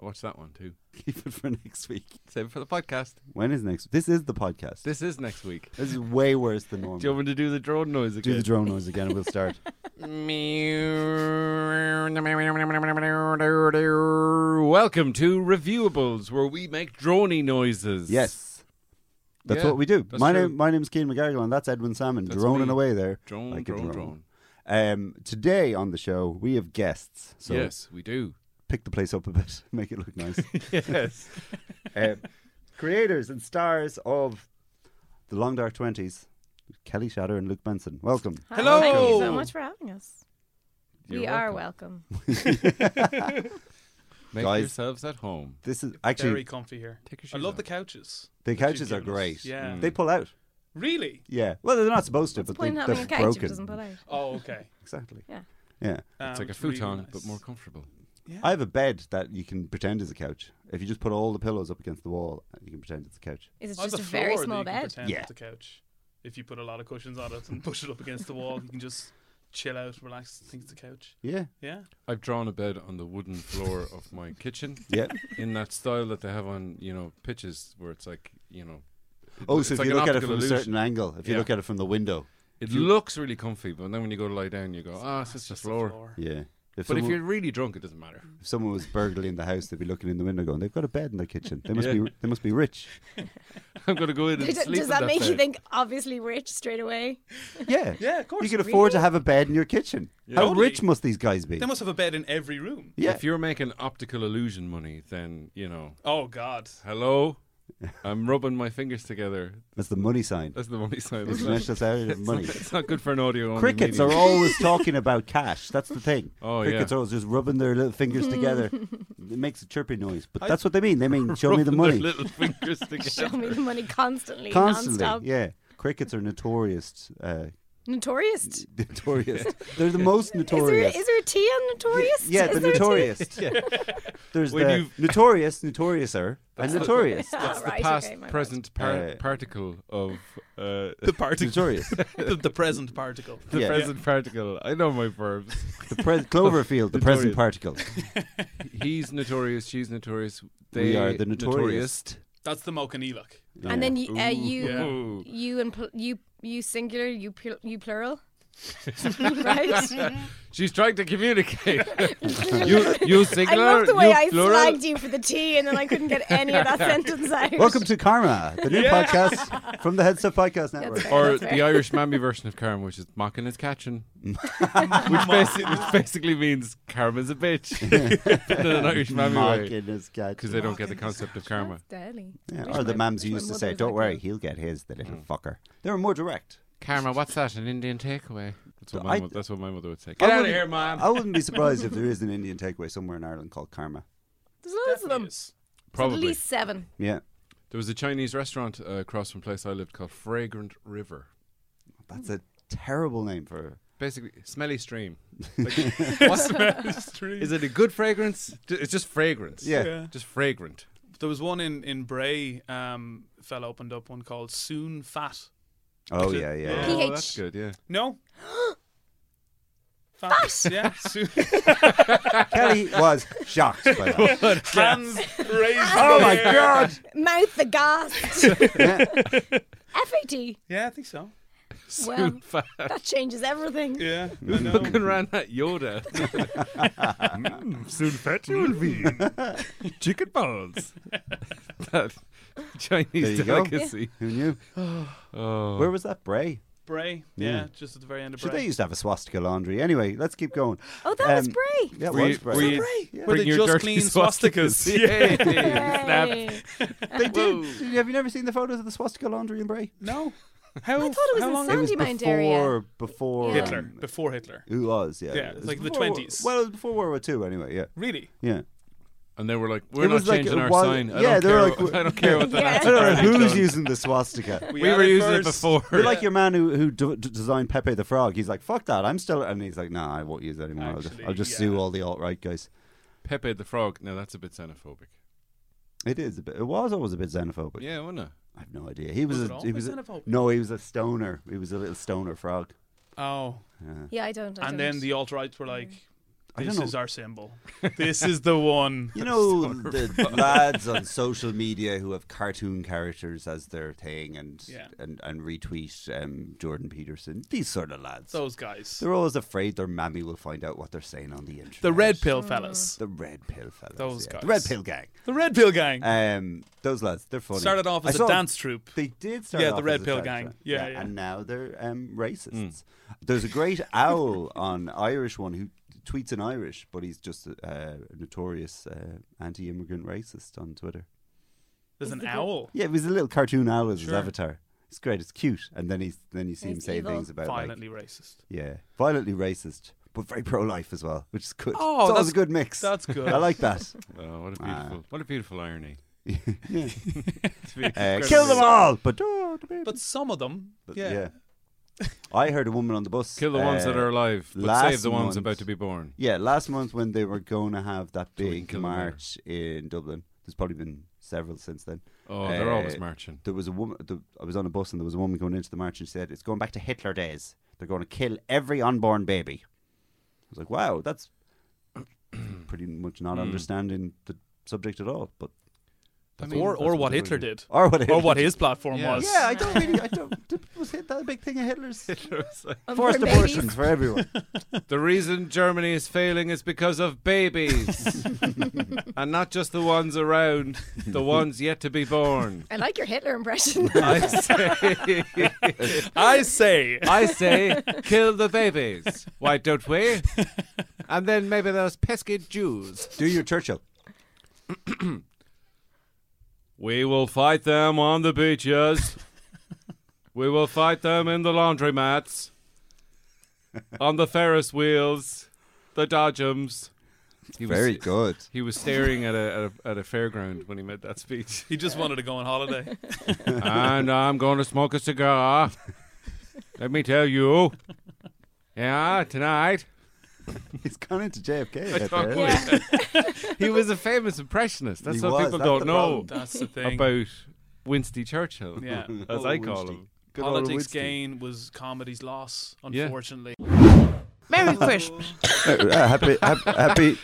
Speaker 3: I watched that one too.
Speaker 4: keep it for next week.
Speaker 3: Save it for the podcast.
Speaker 4: When is next? This is the podcast. This,
Speaker 3: This is next week.
Speaker 4: is way worse than normal.
Speaker 3: Do you want me to do the drone noise again?
Speaker 4: Do the drone noise again, and we'll start.
Speaker 3: Welcome to Reviewables, where we make droney noises.
Speaker 4: yes, that's
Speaker 3: Yeah,
Speaker 4: what we do.
Speaker 3: that's
Speaker 4: My
Speaker 3: true.
Speaker 4: name, my name's Keen McGarrigle, and that's Edwin Salmon
Speaker 3: That's
Speaker 4: droning
Speaker 3: me.
Speaker 4: away there,
Speaker 3: Drone,
Speaker 4: like
Speaker 3: drone,
Speaker 4: a
Speaker 3: drone.
Speaker 4: drone. Um, today on the show we have guests, so
Speaker 3: yes, we do.
Speaker 4: pick the place up a bit, make it look nice.
Speaker 3: yes.
Speaker 4: um, creators and stars of the Long Dark Twenties, Kelly Shatter and Luke Benson. Welcome.
Speaker 3: Hello.
Speaker 8: Thank you so much for having us. we
Speaker 3: You're
Speaker 8: are welcome.
Speaker 3: Make
Speaker 4: Guys.
Speaker 3: yourselves at home.
Speaker 4: This is
Speaker 9: Very
Speaker 4: actually
Speaker 9: comfy here.
Speaker 3: Take your shoes
Speaker 9: I love
Speaker 3: off.
Speaker 9: the couches.
Speaker 4: the couches
Speaker 9: you've
Speaker 4: are
Speaker 9: given us.
Speaker 4: great.
Speaker 9: Yeah.
Speaker 4: They pull out.
Speaker 9: Really?
Speaker 4: Yeah. Well, they're not supposed to,
Speaker 8: It's
Speaker 4: but
Speaker 8: plain
Speaker 4: they,
Speaker 8: having
Speaker 4: they're
Speaker 8: a couch if it
Speaker 4: broken.
Speaker 8: doesn't put out.
Speaker 9: Oh, okay.
Speaker 4: Exactly.
Speaker 8: Yeah.
Speaker 4: Yeah.
Speaker 9: Um,
Speaker 3: It's like a
Speaker 9: really
Speaker 3: futon,
Speaker 9: nice.
Speaker 3: but more comfortable.
Speaker 4: I have a bed that you can pretend is a couch. If you just put all the pillows up against the wall, you can pretend it's a couch.
Speaker 8: Is it
Speaker 9: I have
Speaker 8: just a very
Speaker 9: floor that
Speaker 8: small
Speaker 9: you can
Speaker 8: bed?
Speaker 9: pretend
Speaker 4: Yeah.
Speaker 9: is The couch. If you put a lot of cushions on it and push it up against the wall, you can just chill out, relax, think it's a couch.
Speaker 4: Yeah.
Speaker 9: Yeah.
Speaker 3: I've drawn a bed on the wooden floor of my kitchen
Speaker 4: Yeah.
Speaker 3: in that style that they have on, you know, pitches where it's like, you know,
Speaker 4: Oh,
Speaker 3: It's
Speaker 4: so if
Speaker 3: like
Speaker 4: you
Speaker 3: an
Speaker 4: look at it
Speaker 3: optical
Speaker 4: from
Speaker 3: illusion.
Speaker 4: a certain angle, if you
Speaker 3: Yeah.
Speaker 4: look at it from the window.
Speaker 3: it
Speaker 4: you-
Speaker 3: looks really comfy, but then when you go to lie down, you go, ah, it's just, a floor.
Speaker 4: Yeah. If
Speaker 3: But if
Speaker 4: someone,
Speaker 3: you're really drunk, it doesn't matter.
Speaker 4: if someone was burgling the house, they'd be looking in the window, going, "They've got a bed in their kitchen. They must
Speaker 3: Yeah.
Speaker 4: be. They must be rich."
Speaker 3: I'm going to go in and
Speaker 8: Does-
Speaker 3: sleep
Speaker 8: Does
Speaker 3: in
Speaker 8: that make you
Speaker 3: bed.
Speaker 8: think obviously rich straight away?
Speaker 4: Yeah.
Speaker 9: Yeah, of course.
Speaker 4: You can afford
Speaker 8: Really?
Speaker 4: to have a bed in your kitchen. How
Speaker 9: Totally.
Speaker 4: rich must these guys be?
Speaker 9: They must have a bed in every room.
Speaker 4: yeah.
Speaker 3: If you're making optical illusion money, then, you know,
Speaker 9: Oh, God.
Speaker 3: hello, I'm rubbing my fingers together.
Speaker 4: That's the money sign.
Speaker 3: That's the money side of it.
Speaker 4: International Saturday of Money.
Speaker 3: It's not good for an audio.
Speaker 4: Crickets are always talking about cash. That's the thing.
Speaker 3: Oh, yeah.
Speaker 4: Crickets are always just rubbing their little fingers together. It makes a chirpy noise, but that's what they mean. They mean show me the money
Speaker 3: Little fingers together.
Speaker 8: Show me the money constantly,
Speaker 4: constantly.
Speaker 8: nonstop.
Speaker 4: Yeah, crickets are notorious. Uh,
Speaker 8: Notorious.
Speaker 4: notorious. They're the most
Speaker 8: Is there,
Speaker 4: notorious.
Speaker 8: is there a T on notorious?
Speaker 4: yeah,
Speaker 8: is
Speaker 4: the
Speaker 8: there a T?
Speaker 4: notorious. There's
Speaker 3: When
Speaker 4: the
Speaker 3: you've-
Speaker 4: notorious, notoriouser, and
Speaker 3: the-
Speaker 4: notorious.
Speaker 8: Ah,
Speaker 3: That's the
Speaker 8: right,
Speaker 3: past,
Speaker 8: okay, my bad.
Speaker 3: present par-
Speaker 4: Uh,
Speaker 3: particle of uh,
Speaker 9: The particle.
Speaker 4: notorious.
Speaker 9: the, the present particle.
Speaker 3: the
Speaker 4: yeah.
Speaker 3: present particle. I know my verbs.
Speaker 4: The pres Cloverfield, the present
Speaker 3: Notorious.
Speaker 4: particle.
Speaker 3: He's notorious. She's notorious. They
Speaker 4: We are the notorious.
Speaker 9: That's the Moke and Elok.
Speaker 8: And then you, uh,
Speaker 3: notorious.
Speaker 8: you,
Speaker 9: Yeah.
Speaker 3: Oh, Ooh.
Speaker 8: you and pl- you, you singular, you pl- you plural, right?
Speaker 3: She's trying to communicate. you, you
Speaker 8: I
Speaker 3: singular.
Speaker 8: love the way
Speaker 3: you
Speaker 8: I
Speaker 3: plural.
Speaker 8: slagged you for the T, and then I couldn't get any of that sentence out.
Speaker 4: Welcome to Karma, the new podcast from the Head Stuff Podcast Network.
Speaker 8: fair.
Speaker 3: Or
Speaker 8: That's
Speaker 3: the Irish mammy version of Karen, which is mocking is catching, which, basi- which basically means karma's a bitch. But in an Irish mammy way, because they don't get the concept of karma.
Speaker 8: That's deadly.
Speaker 4: Yeah,
Speaker 8: Wish
Speaker 4: or the
Speaker 8: my- wish
Speaker 4: mams
Speaker 8: my
Speaker 4: used to
Speaker 8: mother
Speaker 4: say,
Speaker 8: was
Speaker 4: "Don't
Speaker 8: like
Speaker 4: worry,
Speaker 8: that."
Speaker 3: Mm.
Speaker 4: he'll get his, the little fucker." They were more direct.
Speaker 3: Karma, what's that? An Indian takeaway? That's what, my,
Speaker 4: I-
Speaker 3: mo- that's what my mother would say.
Speaker 4: I
Speaker 3: Get out of
Speaker 4: wouldn't-
Speaker 3: here, mom.
Speaker 4: I wouldn't be surprised if there is an Indian takeaway somewhere in Ireland called Karma.
Speaker 8: There's loads of them.
Speaker 9: Yes.
Speaker 8: At
Speaker 3: Probably.
Speaker 8: least seven.
Speaker 4: Yeah,
Speaker 3: There was a Chinese restaurant uh, across from a place I lived called Fragrant River.
Speaker 4: that's a terrible name for.
Speaker 3: Basically, smelly stream. Like, what
Speaker 9: Street.
Speaker 3: is it? A good fragrance? Ju- It's just fragrance.
Speaker 4: Yeah.
Speaker 9: Yeah.
Speaker 3: just fragrant.
Speaker 9: There was one in in Bray. Um, fella opened up one called Soon Fat.
Speaker 4: Oh yeah, yeah.
Speaker 8: Yeah.
Speaker 4: yeah.
Speaker 8: PH.
Speaker 3: Oh, that's good. Yeah,
Speaker 9: No. Fat. Yeah. Soon.
Speaker 4: Kelly was shocked by that.
Speaker 9: Hands raised.
Speaker 4: oh my god!
Speaker 8: Mouth the gas.
Speaker 4: Yeah.
Speaker 8: FAT.
Speaker 9: Yeah, I think so.
Speaker 8: Well,
Speaker 3: fat.
Speaker 8: that changes everything.
Speaker 9: Yeah. I know.
Speaker 3: Fucking ran that Yoda.
Speaker 10: Mm, Soon fat you will be. Chicken balls.
Speaker 4: There
Speaker 3: that Chinese
Speaker 4: you go.
Speaker 3: delicacy.
Speaker 4: Who knew?
Speaker 3: Oh.
Speaker 4: Where was that Bray?
Speaker 9: Bray. Yeah.
Speaker 4: Yeah.
Speaker 9: just at the very end of
Speaker 4: Should
Speaker 9: Bray.
Speaker 4: they used to have a swastika laundry? Anyway, let's keep going.
Speaker 8: Oh, that was
Speaker 4: Um,
Speaker 8: Bray.
Speaker 4: Yeah, it
Speaker 3: Were
Speaker 4: was
Speaker 3: you-
Speaker 4: Bray.
Speaker 3: were you-
Speaker 9: Were
Speaker 3: Bring
Speaker 9: they
Speaker 3: your
Speaker 9: just
Speaker 3: dirty
Speaker 9: clean swastikas?
Speaker 3: Yay.
Speaker 8: Yay.
Speaker 4: They did. Have you never seen the photos of the swastika laundry in Bray?
Speaker 9: No.
Speaker 8: I
Speaker 9: How,
Speaker 8: thought it
Speaker 9: how
Speaker 8: was
Speaker 9: long
Speaker 8: in Sandy Mount area.
Speaker 4: Before, before
Speaker 8: Yeah.
Speaker 9: Hitler.
Speaker 4: um,
Speaker 9: Before Hitler.
Speaker 4: Who was? Yeah,
Speaker 9: Yeah,
Speaker 4: It
Speaker 9: it's
Speaker 4: was
Speaker 9: like the
Speaker 4: before Wo-
Speaker 9: 20s.
Speaker 4: Well, it was before World War Two, anyway. Yeah,
Speaker 9: Really?
Speaker 4: yeah.
Speaker 3: And they were like, "We're
Speaker 4: It
Speaker 3: not
Speaker 4: was like
Speaker 3: changing
Speaker 4: it
Speaker 3: our
Speaker 4: was-
Speaker 3: sign. I
Speaker 4: yeah,
Speaker 3: don't
Speaker 4: they were
Speaker 3: care.
Speaker 4: like,
Speaker 3: what- I don't care what that."
Speaker 8: Yeah.
Speaker 3: has
Speaker 4: I don't know
Speaker 3: to do with
Speaker 4: who's
Speaker 3: it."
Speaker 4: using the swastika.
Speaker 3: We were using it before.
Speaker 4: They're like your man who who d- d- designed Pepe the Frog. He's like, "Fuck that! I'm still," and he's like, "Nah, I won't use it anymore. I'll just,
Speaker 9: Actually,
Speaker 4: I'll just
Speaker 9: yeah.
Speaker 4: sue all the alt right guys."
Speaker 3: Pepe the Frog. Now that's a bit xenophobic.
Speaker 4: It is a bit. It was always a bit xenophobic.
Speaker 3: Yeah, wasn't it?
Speaker 4: I have no idea. He was,
Speaker 9: Was it
Speaker 4: a, he
Speaker 9: always
Speaker 4: was a,
Speaker 9: xenophobic?
Speaker 4: no, he was a stoner. He was a little stoner frog.
Speaker 9: Oh.
Speaker 8: Yeah, I don't. I
Speaker 9: And
Speaker 8: don't.
Speaker 9: then the alt rights were like,
Speaker 4: I
Speaker 9: this
Speaker 4: don't know.
Speaker 9: is our symbol. this is the one.
Speaker 4: You know the lads on social media who have cartoon characters as their thing and
Speaker 9: Yeah.
Speaker 4: and, and retweet um, Jordan Peterson. These sort of lads.
Speaker 9: Those guys.
Speaker 4: they're always afraid their mammy will find out what they're saying on the internet.
Speaker 9: The red
Speaker 3: Mm.
Speaker 9: pill fellas.
Speaker 4: The red pill fellas.
Speaker 9: Those
Speaker 4: yeah.
Speaker 9: guys.
Speaker 4: The red pill gang.
Speaker 9: The red pill gang.
Speaker 4: Um, those lads. They're funny.
Speaker 9: Started off
Speaker 4: I
Speaker 9: as a
Speaker 4: saw-
Speaker 9: dance troupe.
Speaker 4: They did start.
Speaker 9: Yeah, the
Speaker 4: off
Speaker 9: Red
Speaker 4: as a
Speaker 9: Pill
Speaker 4: dance
Speaker 9: gang.
Speaker 4: troupe.
Speaker 9: Yeah, yeah.
Speaker 4: and now they're um, racists.
Speaker 3: Hmm.
Speaker 4: There's a great owl on Irish one who tweets in Irish, but he's just a, uh, a notorious uh, anti-immigrant racist on Twitter.
Speaker 9: There's an owl.
Speaker 4: Yeah, it was a little cartoon owl as
Speaker 9: Sure.
Speaker 4: his avatar. It's great. It's cute, and then he's then you see him
Speaker 8: He's
Speaker 4: saying
Speaker 8: evil.
Speaker 4: things about like-
Speaker 9: Violently racist.
Speaker 4: yeah, violently racist, but very pro-life as well, which is good.
Speaker 9: Oh,
Speaker 4: it's always
Speaker 9: that's-
Speaker 4: a good mix.
Speaker 9: That's good.
Speaker 4: I like that.
Speaker 3: Oh, what a
Speaker 4: Ah.
Speaker 3: beautiful, what a beautiful irony.
Speaker 4: Yeah.
Speaker 3: It's be-
Speaker 4: Uh, kill them all, but, oh, the baby.
Speaker 9: But some of them.
Speaker 4: But,
Speaker 9: yeah.
Speaker 4: yeah. I heard a woman on the bus.
Speaker 3: Kill the ones that
Speaker 4: uh,
Speaker 3: are alive, but
Speaker 4: last
Speaker 3: save the
Speaker 4: month-
Speaker 3: ones about to be born.
Speaker 4: Yeah, last month when they were going to have that
Speaker 3: we can
Speaker 4: big
Speaker 3: kill them
Speaker 4: march in Dublin, there's probably been several since then.
Speaker 3: Oh, they're
Speaker 4: Uh,
Speaker 3: always marching.
Speaker 4: There was a woman. The, I was on a bus and there was a woman going into the march and she said, "It's going back to Hitler days. They're going to kill every unborn baby." I was like, "Wow, that's pretty much
Speaker 3: Hmm.
Speaker 4: not understanding the subject at all." But that's
Speaker 9: or
Speaker 4: that's
Speaker 9: or what
Speaker 4: they were
Speaker 9: Hitler
Speaker 4: doing.
Speaker 9: did.
Speaker 4: or what Hitler
Speaker 9: Or what
Speaker 4: did.
Speaker 9: his platform
Speaker 3: Yeah.
Speaker 9: was.
Speaker 4: Yeah, I don't really. I don't. Was Hit that a big thing of Hitler's?
Speaker 8: Unborn
Speaker 4: Forced
Speaker 8: babies.
Speaker 4: abortions for everyone.
Speaker 3: the reason Germany is failing is because of babies, and not just the ones around, the ones yet to be born.
Speaker 8: I like your Hitler impression.
Speaker 3: I say,
Speaker 9: I say.
Speaker 3: I say, kill the babies. Why don't we? And then maybe those pesky Jews.
Speaker 4: Do your Churchill.
Speaker 3: We will fight them on the beaches. we will fight them in the laundromats, on the Ferris wheels, the Dodgems. He was,
Speaker 4: Very good.
Speaker 3: He was staring at a, at a at a fairground when he made that speech.
Speaker 9: He just wanted to go on holiday.
Speaker 3: and I'm going to smoke a cigar. Let me tell you. Yeah, tonight.
Speaker 4: He's gone into JFK. Hitler,
Speaker 3: don't
Speaker 4: isn't he?
Speaker 8: yeah.
Speaker 3: He was a famous impressionist. That's
Speaker 4: He
Speaker 3: what
Speaker 4: was,
Speaker 3: people
Speaker 4: that's
Speaker 3: don't
Speaker 4: the
Speaker 3: know
Speaker 9: That's the thing.
Speaker 3: about Winston Churchill,
Speaker 9: yeah.
Speaker 3: as
Speaker 4: Oh,
Speaker 3: I call
Speaker 4: Winston.
Speaker 3: him.
Speaker 4: Good old
Speaker 9: Politics
Speaker 4: Winston.
Speaker 9: gain was comedy's loss,
Speaker 3: Yeah.
Speaker 9: unfortunately.
Speaker 7: Merry Christmas.
Speaker 4: Uh, happy, hap- happy,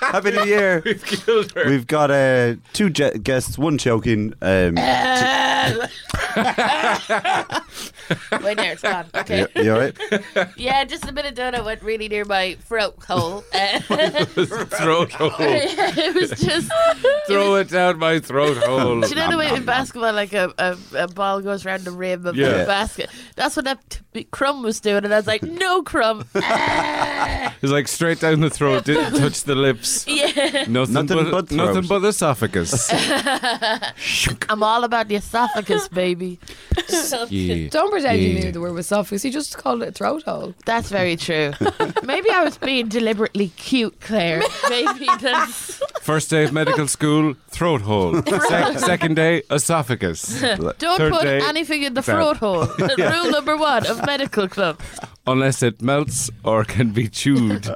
Speaker 4: happy New Year. We've killed her. We've got uh, two je- guests, one choking. Um, Uh,
Speaker 11: Wait, there, it's gone. Okay.
Speaker 4: you, you all right?
Speaker 11: Yeah, just a bit of donut went really near my throat hole. Uh,
Speaker 3: throat hole.
Speaker 11: it was just.
Speaker 3: Throw it down my throat hole.
Speaker 11: Do you know the way in basketball, like a, a, a ball goes around the rim of
Speaker 3: Yeah.
Speaker 11: the basket? That's what that t- big crumb was doing, and I was like, "No crumb." Ah.
Speaker 3: It's like straight down the throat, didn't touch the lips.
Speaker 11: yeah,
Speaker 3: Nothing, but, nothing but esophagus.
Speaker 11: I'm all about the esophagus, baby.
Speaker 3: Yeah.
Speaker 12: Don't pretend you
Speaker 3: Yeah.
Speaker 12: knew the word was esophagus. You just called it a throat hole.
Speaker 11: That's very true. Maybe I was being deliberately cute, Claire. Maybe that's.
Speaker 3: First day of medical school, throat hole. Se- second day, esophagus.
Speaker 11: Don't
Speaker 3: Third
Speaker 11: put
Speaker 3: day,
Speaker 11: anything in the
Speaker 3: exam.
Speaker 11: throat hole.
Speaker 3: Yeah.
Speaker 11: Rule number one of medical club.
Speaker 3: Unless it melts or can be chewed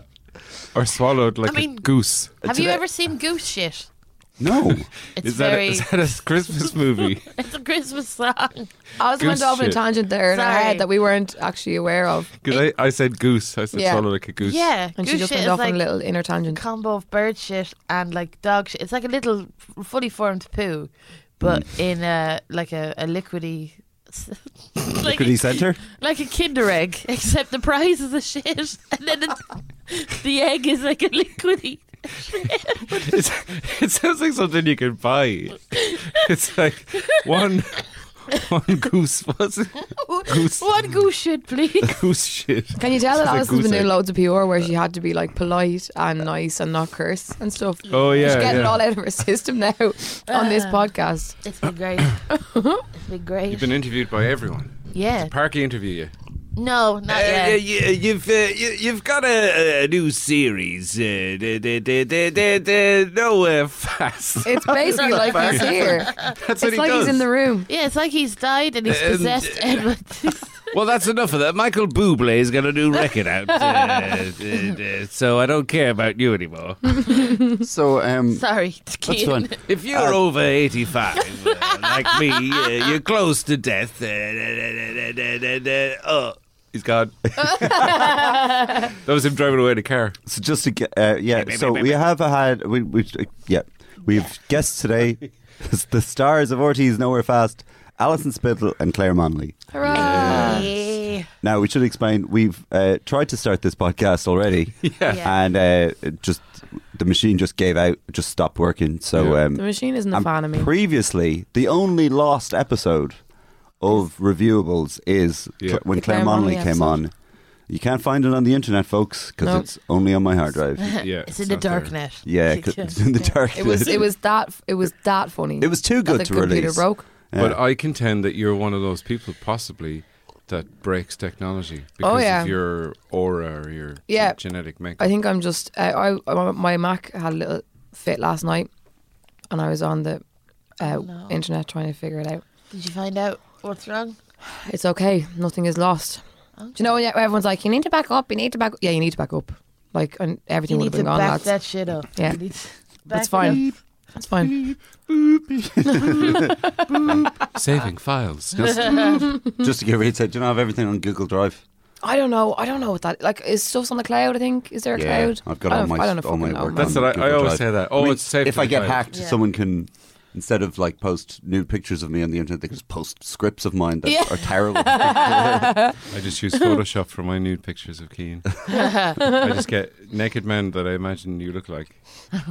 Speaker 3: or swallowed like
Speaker 11: I mean,
Speaker 3: a goose.
Speaker 11: Have you ever seen goose shit?
Speaker 3: No.
Speaker 11: It's
Speaker 3: is, that a,
Speaker 11: very-
Speaker 3: is that a Christmas movie?
Speaker 11: It's a Christmas song.
Speaker 12: I was went
Speaker 3: Goose
Speaker 12: off on a
Speaker 3: shit.
Speaker 12: tangent there in our
Speaker 11: Sorry.
Speaker 12: head that we weren't actually aware of.
Speaker 3: Because I, I said goose. I said
Speaker 12: Yeah.
Speaker 3: swallowed like a goose.
Speaker 11: Yeah,
Speaker 12: And she
Speaker 11: goose
Speaker 12: just
Speaker 11: shit
Speaker 12: went
Speaker 11: is
Speaker 12: off on a
Speaker 11: like
Speaker 12: little inner tangent.
Speaker 11: Combo of bird shit and like dog shit. It's like a little f- fully formed poo, but
Speaker 12: Mm.
Speaker 11: in a like a, a liquidy. like
Speaker 4: Liquidy
Speaker 11: a-
Speaker 4: centre?
Speaker 11: like a Kinder egg, except the prize is a shit, and then it's, the egg is like a liquidy.
Speaker 3: It's, it sounds like something you can buy. It's like one one goose was it? goose
Speaker 11: One goose shit, please.
Speaker 3: goose shit.
Speaker 12: Can you tell that
Speaker 3: It's a
Speaker 12: Alison's been
Speaker 3: goose
Speaker 12: doing
Speaker 3: egg.
Speaker 12: loads of PR where she had to be like polite and nice and not curse and stuff?
Speaker 3: Oh,
Speaker 12: She's
Speaker 3: yeah,
Speaker 12: getting it
Speaker 3: yeah.
Speaker 12: all out of her system now on this
Speaker 11: Ah.
Speaker 12: podcast.
Speaker 11: It's been great. it's been great.
Speaker 3: You've been interviewed by everyone.
Speaker 11: Yeah.
Speaker 3: Did Parky interview you.
Speaker 11: No, not
Speaker 13: Uh,
Speaker 11: yet.
Speaker 13: you, you've uh, you, you've got a, a new series. Uh, da, da, da, da, da, da, nowhere fast.
Speaker 12: It's basically like he's here.
Speaker 13: That's
Speaker 12: it's
Speaker 13: what he
Speaker 12: like
Speaker 13: does.
Speaker 12: he's in the room.
Speaker 11: Yeah, it's like he's died and he's
Speaker 13: Um,
Speaker 11: possessed Edward.
Speaker 13: Well, that's enough of that. Michael Bublé has got a new record out, uh, uh, uh, so I don't care about you anymore.
Speaker 4: so, um,
Speaker 11: Sorry,
Speaker 4: That's fine. Uh,
Speaker 13: If you're over 85, uh, like me, uh, you're close to death. Uh, da, da, da, da, da, da, oh.
Speaker 3: He's gone. That was him driving away in a car.
Speaker 4: So just to get, uh, yeah. so we have had, we, we, yeah, we have guests today, the stars of Ortiz Nowhere Fast, Alison Spittle and Claire Monley.
Speaker 11: Hooray.
Speaker 4: Now we should explain. We've uh, tried to start this podcast already,
Speaker 12: Yeah.
Speaker 4: and uh, it just the machine just gave out, it just stopped working. So
Speaker 12: Yeah.
Speaker 4: um,
Speaker 12: The machine isn't a
Speaker 4: and
Speaker 12: fan of me.
Speaker 4: Previously, the only lost episode of reviewables is
Speaker 3: Yeah.
Speaker 4: Cl- when
Speaker 3: The
Speaker 4: Claire,
Speaker 3: Claire
Speaker 4: Monley,
Speaker 3: Monley
Speaker 4: came
Speaker 3: episode.
Speaker 4: on. You can't find it on the internet, folks, because
Speaker 12: Nope.
Speaker 4: it's only on my hard drive.
Speaker 3: Yeah,
Speaker 11: It's in the dark net.
Speaker 4: Yeah, c- it's in the dark.
Speaker 12: It was
Speaker 4: net.
Speaker 12: it was that it was that funny.
Speaker 4: It was too
Speaker 12: that
Speaker 4: good
Speaker 12: the
Speaker 4: to
Speaker 12: computer
Speaker 4: release.
Speaker 12: broke.
Speaker 3: But I contend that you're one of those people, possibly, that breaks technology because
Speaker 12: Oh, yeah.
Speaker 3: of your aura or your
Speaker 12: Yeah.
Speaker 3: genetic makeup.
Speaker 12: I think I'm just uh, I I- my Mac had a little fit last night, and I was on the uh, internet trying to figure it out.
Speaker 11: Did you find out what's wrong?
Speaker 12: It's okay, nothing is lost. Do you know when everyone's like, you need to back up, you need to back up. Yeah, you need to back up. Like and everything
Speaker 11: you
Speaker 12: would have
Speaker 11: need to
Speaker 12: been gone.
Speaker 11: back
Speaker 12: lads.
Speaker 11: that shit up.
Speaker 12: Yeah.
Speaker 11: You need to back
Speaker 12: That's
Speaker 11: it
Speaker 12: fine.
Speaker 11: up.
Speaker 12: That's fine.
Speaker 3: Saving files.
Speaker 4: just, just to get rid of it, do you not have everything on Google Drive?
Speaker 12: I don't know. I don't know what that like is. Stuff's on the cloud. I think is there a
Speaker 4: Yeah,
Speaker 12: cloud?
Speaker 4: I've got
Speaker 12: I
Speaker 4: all
Speaker 12: don't-
Speaker 4: my
Speaker 12: I don't
Speaker 4: all my
Speaker 12: fucking know,
Speaker 4: work.
Speaker 12: man.
Speaker 3: That's
Speaker 4: on
Speaker 3: what I- I
Speaker 4: Google
Speaker 3: always
Speaker 4: Drive.
Speaker 3: say that. Oh, it's safe
Speaker 4: If
Speaker 3: to
Speaker 4: I get
Speaker 3: drive.
Speaker 4: hacked,
Speaker 12: Yeah.
Speaker 4: someone can instead of like post nude pictures of me on the internet, they can just post scripts of mine that
Speaker 12: Yeah.
Speaker 4: are terrible.
Speaker 3: I just use Photoshop for my nude pictures of Keen. I just get naked men that I imagine you look like.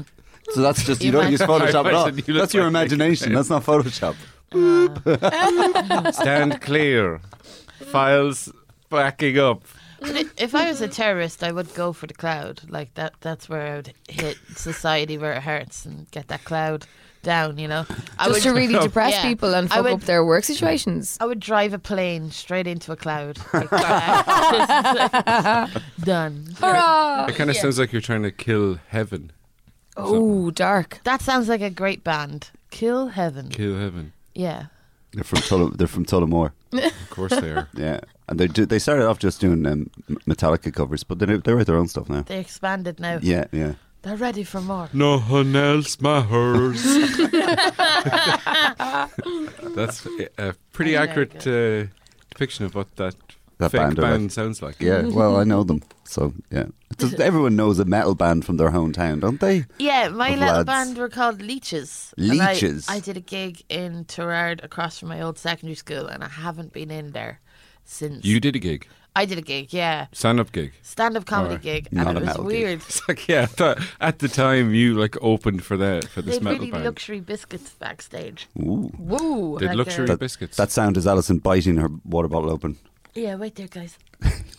Speaker 4: so that's just you don't use Photoshop at all.
Speaker 3: Imagine you look
Speaker 4: That's your
Speaker 3: like
Speaker 4: imagination. That's not Photoshop.
Speaker 3: Stand clear. Files backing up.
Speaker 11: If I was a terrorist, I would go for the cloud. Like that. That's where I would hit society where it hurts and get that cloud down. You know, I
Speaker 12: Just
Speaker 11: would,
Speaker 12: to really depress
Speaker 11: Yeah.
Speaker 12: people and
Speaker 11: I
Speaker 12: fuck
Speaker 11: would-
Speaker 12: up their work situations.
Speaker 11: I would drive a plane straight into a cloud. Like, that. Done.
Speaker 12: Hurrah!
Speaker 3: It kind of sounds like you're trying to kill heaven.
Speaker 12: Oh, dark.
Speaker 11: That sounds like a great band. Kill Heaven.
Speaker 3: Kill heaven.
Speaker 11: Yeah.
Speaker 4: They're from Tull- they're from Tullamore.
Speaker 3: Of course they are.
Speaker 4: Yeah, and they do, they started off just doing um, Metallica covers, but they do- they write their own stuff now.
Speaker 11: They expanded now.
Speaker 4: Yeah, yeah.
Speaker 11: They're ready for more.
Speaker 3: No one else matters. That's a pretty
Speaker 11: I like
Speaker 3: accurate uh, depiction of what that,
Speaker 4: That
Speaker 3: fake
Speaker 4: band
Speaker 3: band,
Speaker 4: are like-
Speaker 3: sounds like.
Speaker 4: Yeah, well, I know them, so yeah. Just, everyone knows a metal band from their hometown, don't they?
Speaker 11: Yeah, my
Speaker 4: Of
Speaker 11: little
Speaker 4: lads.
Speaker 11: band were called Leeches. And I-
Speaker 4: Leeches?
Speaker 11: I, did a gig in Terrard across from my old secondary school, and I haven't been in there since.
Speaker 3: You did a gig,
Speaker 11: I did a gig, yeah.
Speaker 3: stand up gig.
Speaker 11: Stand up comedy
Speaker 3: Alright.
Speaker 11: gig,
Speaker 3: Not
Speaker 11: and it
Speaker 3: a
Speaker 11: was
Speaker 3: metal gig.
Speaker 11: weird.
Speaker 3: It's like, yeah, I thought at the time you like opened for that for
Speaker 11: They
Speaker 3: this
Speaker 11: had
Speaker 3: metal
Speaker 11: really
Speaker 3: band.
Speaker 11: luxury biscuits backstage.
Speaker 4: Ooh.
Speaker 11: Woo!
Speaker 3: Did luxury
Speaker 4: that,
Speaker 3: biscuits.
Speaker 4: That sound is Alison biting her water bottle open.
Speaker 11: Yeah, wait there, guys.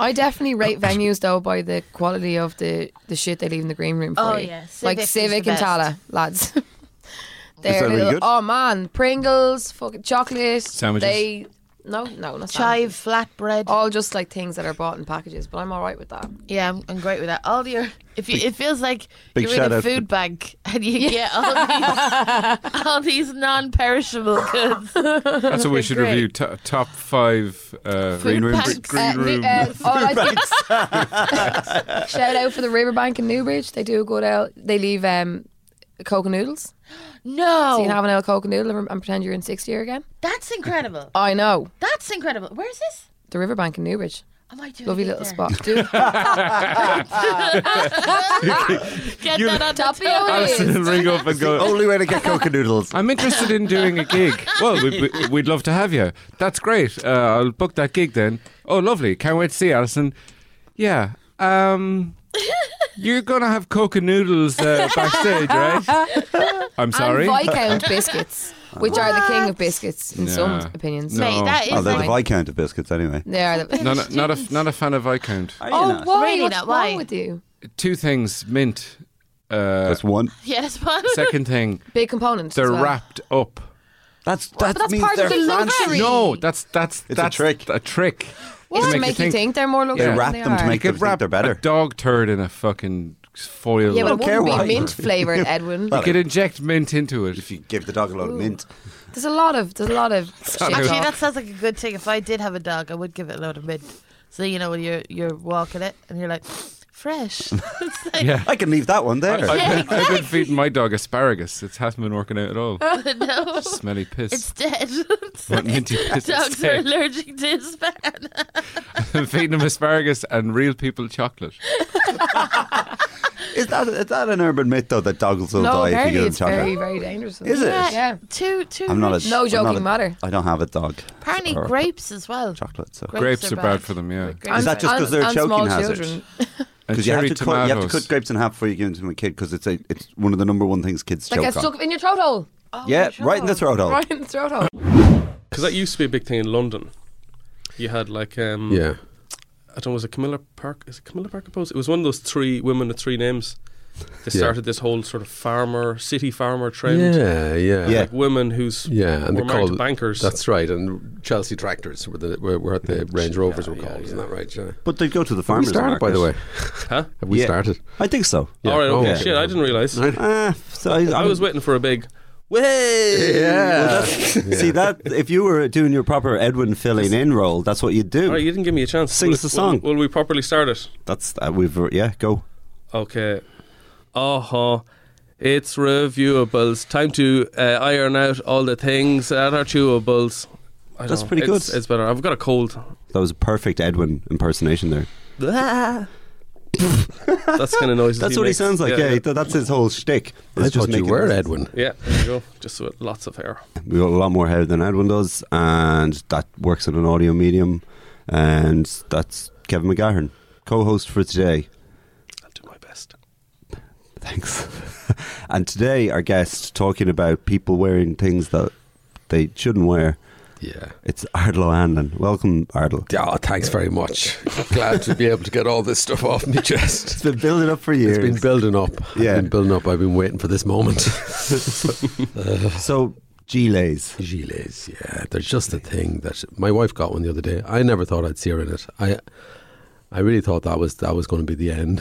Speaker 12: I definitely rate venues though by the quality of the, the shit they leave in the green room for
Speaker 11: Oh,
Speaker 12: you.
Speaker 11: yeah. Civic
Speaker 12: like
Speaker 11: is
Speaker 12: Civic
Speaker 11: the
Speaker 12: and
Speaker 11: best.
Speaker 12: Tala lads.
Speaker 11: Is
Speaker 12: They're
Speaker 11: that really
Speaker 12: little,
Speaker 11: good?
Speaker 12: oh man, Pringles, fucking chocolate,
Speaker 11: Sandwiches?
Speaker 12: They no, no, not
Speaker 11: Chive,
Speaker 12: flatbread, all just like things that are bought in packages. But I'm all right with that.
Speaker 11: Yeah, I'm, I'm great with that. All your, if you, it feels like
Speaker 12: big
Speaker 11: you're in
Speaker 12: shout
Speaker 11: a
Speaker 12: out to-
Speaker 11: food bank and you get all these, all these non-perishable goods.
Speaker 3: That's what we should review. To- top five uh,
Speaker 12: Food
Speaker 3: green
Speaker 12: packs.
Speaker 3: room. Green
Speaker 12: Uh,
Speaker 3: room.
Speaker 12: uh, all I Shout out for the Riverbank in Newbridge. They do a good out. They leave um, Coke and noodles.
Speaker 11: No.
Speaker 12: So you can have an old Coke and noodle and and pretend you're in sixth year again.
Speaker 11: That's incredible.
Speaker 12: I know.
Speaker 11: That's incredible. Where is this?
Speaker 12: The Riverbank in Newbridge.
Speaker 11: I might do it
Speaker 12: Lovely
Speaker 11: again
Speaker 12: little
Speaker 11: there.
Speaker 12: spot. Do-
Speaker 11: Get
Speaker 12: You-
Speaker 11: that on top of your
Speaker 3: Alison and Ring up and go.
Speaker 4: only way to get coke and noodles.
Speaker 3: I'm interested in doing a gig. Well, we, we, we'd love to have you. That's great. Uh, I'll book that gig then. Oh, lovely. Can't wait to see you, Alison. Yeah. Um, you're gonna have coke and noodles uh, backstage, right? I'm sorry.
Speaker 12: And Viscount biscuits, which are the king of biscuits in
Speaker 3: Nah.
Speaker 12: some opinions.
Speaker 3: No.
Speaker 4: oh, they're the Viscount of biscuits anyway.
Speaker 12: They are the-
Speaker 3: Not a, not a not a fan of Viscount.
Speaker 12: Oh, why?
Speaker 11: Really
Speaker 12: What's
Speaker 11: not,
Speaker 12: wrong
Speaker 11: why?
Speaker 12: with you?
Speaker 3: Two things, mint. Uh,
Speaker 4: That's one.
Speaker 11: Yes, one.
Speaker 3: Second thing,
Speaker 12: Big components.
Speaker 3: they're
Speaker 12: as well.
Speaker 3: wrapped up.
Speaker 4: That's
Speaker 12: that that's means part of they're the fancy. luxury.
Speaker 3: No, that's that's
Speaker 4: It's a
Speaker 3: that's
Speaker 4: trick.
Speaker 3: A trick.
Speaker 12: What? To make you think they're more luxury They than wrap they them to are. make
Speaker 3: You
Speaker 4: them
Speaker 3: could
Speaker 4: think
Speaker 3: wrap
Speaker 4: they're better.
Speaker 3: A dog turd in a fucking foil.
Speaker 12: Yeah, but it wouldn't be mint flavored, Edwin.
Speaker 3: you could inject mint into it if
Speaker 4: you give the dog a lot of mint.
Speaker 12: There's a lot of there's a lot of shit.
Speaker 11: Actually,
Speaker 12: involved.
Speaker 11: that sounds like a good thing. If I did have a dog, I would give it a load of mint. So you know when you're you're walking it and you're like fresh. It's like-
Speaker 3: Yeah.
Speaker 4: I can leave that one
Speaker 3: I,
Speaker 4: there.
Speaker 3: I, I've been feeding my dog asparagus. It hasn't been working out at all.
Speaker 11: no.
Speaker 3: Smelly piss.
Speaker 11: It's dead.
Speaker 3: What minty piss
Speaker 11: Dogs
Speaker 3: is
Speaker 11: are
Speaker 3: dead.
Speaker 11: allergic to his
Speaker 3: I'm feeding him asparagus and real people chocolate.
Speaker 4: Is that is that an urban myth though that dogs will die if you give them chocolate?
Speaker 12: very dangerous.
Speaker 4: Is it?
Speaker 11: Yeah.
Speaker 12: Yeah.
Speaker 11: Two two.
Speaker 4: I'm not a
Speaker 11: rich-
Speaker 4: I'm not a- I don't have a dog.
Speaker 11: Apparently,
Speaker 4: Or-
Speaker 11: grapes as well.
Speaker 4: Chocolate, so-
Speaker 3: Grapes, are, bad. for them, yeah.
Speaker 4: Is that just because they're a choking hazard?
Speaker 3: And
Speaker 4: Because you, have
Speaker 3: cherry
Speaker 4: to cut- you have to
Speaker 3: tomatoes.
Speaker 4: cut grapes in half before you give them to a kid because it's a it's one of the number one things kids
Speaker 12: Like
Speaker 4: choke
Speaker 12: I
Speaker 4: on.
Speaker 12: stuck in your throat hole.
Speaker 4: yeah, right in the throat hole.
Speaker 12: Right in the throat hole.
Speaker 9: Because that used to be a big thing in London. You had like um,
Speaker 13: Yeah.
Speaker 9: I don't know, was it Camilla Park? Is it Camilla Park? I suppose it was one of those three women with three names. They
Speaker 13: Yeah.
Speaker 9: started this whole sort of farmer, city farmer trend.
Speaker 13: Yeah, yeah,
Speaker 9: Like women who's
Speaker 13: yeah, and
Speaker 9: were
Speaker 13: they
Speaker 9: married
Speaker 13: called
Speaker 9: to bankers.
Speaker 13: That's right, and Chelsea tractors were the were, were what the Range Rovers were called, isn't that right? Yeah.
Speaker 4: But they go to the
Speaker 13: Have
Speaker 4: farmers
Speaker 13: We started, by the way.
Speaker 4: market.
Speaker 9: Huh?
Speaker 13: Have we
Speaker 4: Yeah.
Speaker 13: started?
Speaker 4: I think so.
Speaker 13: Yeah.
Speaker 9: All right, okay.
Speaker 13: Oh,
Speaker 9: Shit, I didn't realize.
Speaker 4: Ah, so I,
Speaker 9: I was waiting for a big. Way!
Speaker 4: Well, that's- See that if you were doing your proper Edwin filling in role, that's what you'd do.
Speaker 9: All right, you didn't give me a chance.
Speaker 4: Sing
Speaker 9: Will-
Speaker 4: us a song.
Speaker 9: Will, will we properly start it?
Speaker 4: That's uh, we've yeah go.
Speaker 9: Okay. Uh huh. It's reviewables. Time to uh, iron out all the things that are chewables. I
Speaker 4: That's
Speaker 9: know.
Speaker 4: pretty
Speaker 9: It's-
Speaker 4: good.
Speaker 9: It's better. I've got a cold.
Speaker 4: That was a perfect Edwin impersonation there.
Speaker 9: That's kind of noise.
Speaker 4: That's what he
Speaker 9: makes.
Speaker 4: sounds like. Yeah,
Speaker 9: yeah.
Speaker 4: th- that's his whole shtick.
Speaker 13: I
Speaker 4: It's
Speaker 13: thought you
Speaker 4: making
Speaker 13: were
Speaker 4: noises.
Speaker 13: Edwin.
Speaker 9: Yeah, there you go. Just with lots of hair.
Speaker 4: We got a lot more hair than Edwin does, and that works in an audio medium. And that's Kevin McGahern, co-host for today. I'll do my best. Thanks. and today, our guest talking about people wearing things that they shouldn't wear.
Speaker 13: Yeah.
Speaker 4: It's Ardlo Hanlon. Welcome, Ardlo.
Speaker 13: Oh, thanks very much. Oh, Glad to be able to get all this stuff off my chest. It's
Speaker 4: been building up for years.
Speaker 13: It's been building up. Yeah. been building up. I've been waiting for this moment.
Speaker 4: so, gilets.
Speaker 13: Gilets, yeah. They're just a thing that my wife got one the other day. I never thought I'd see her in it. I I really thought that was that was going to be the end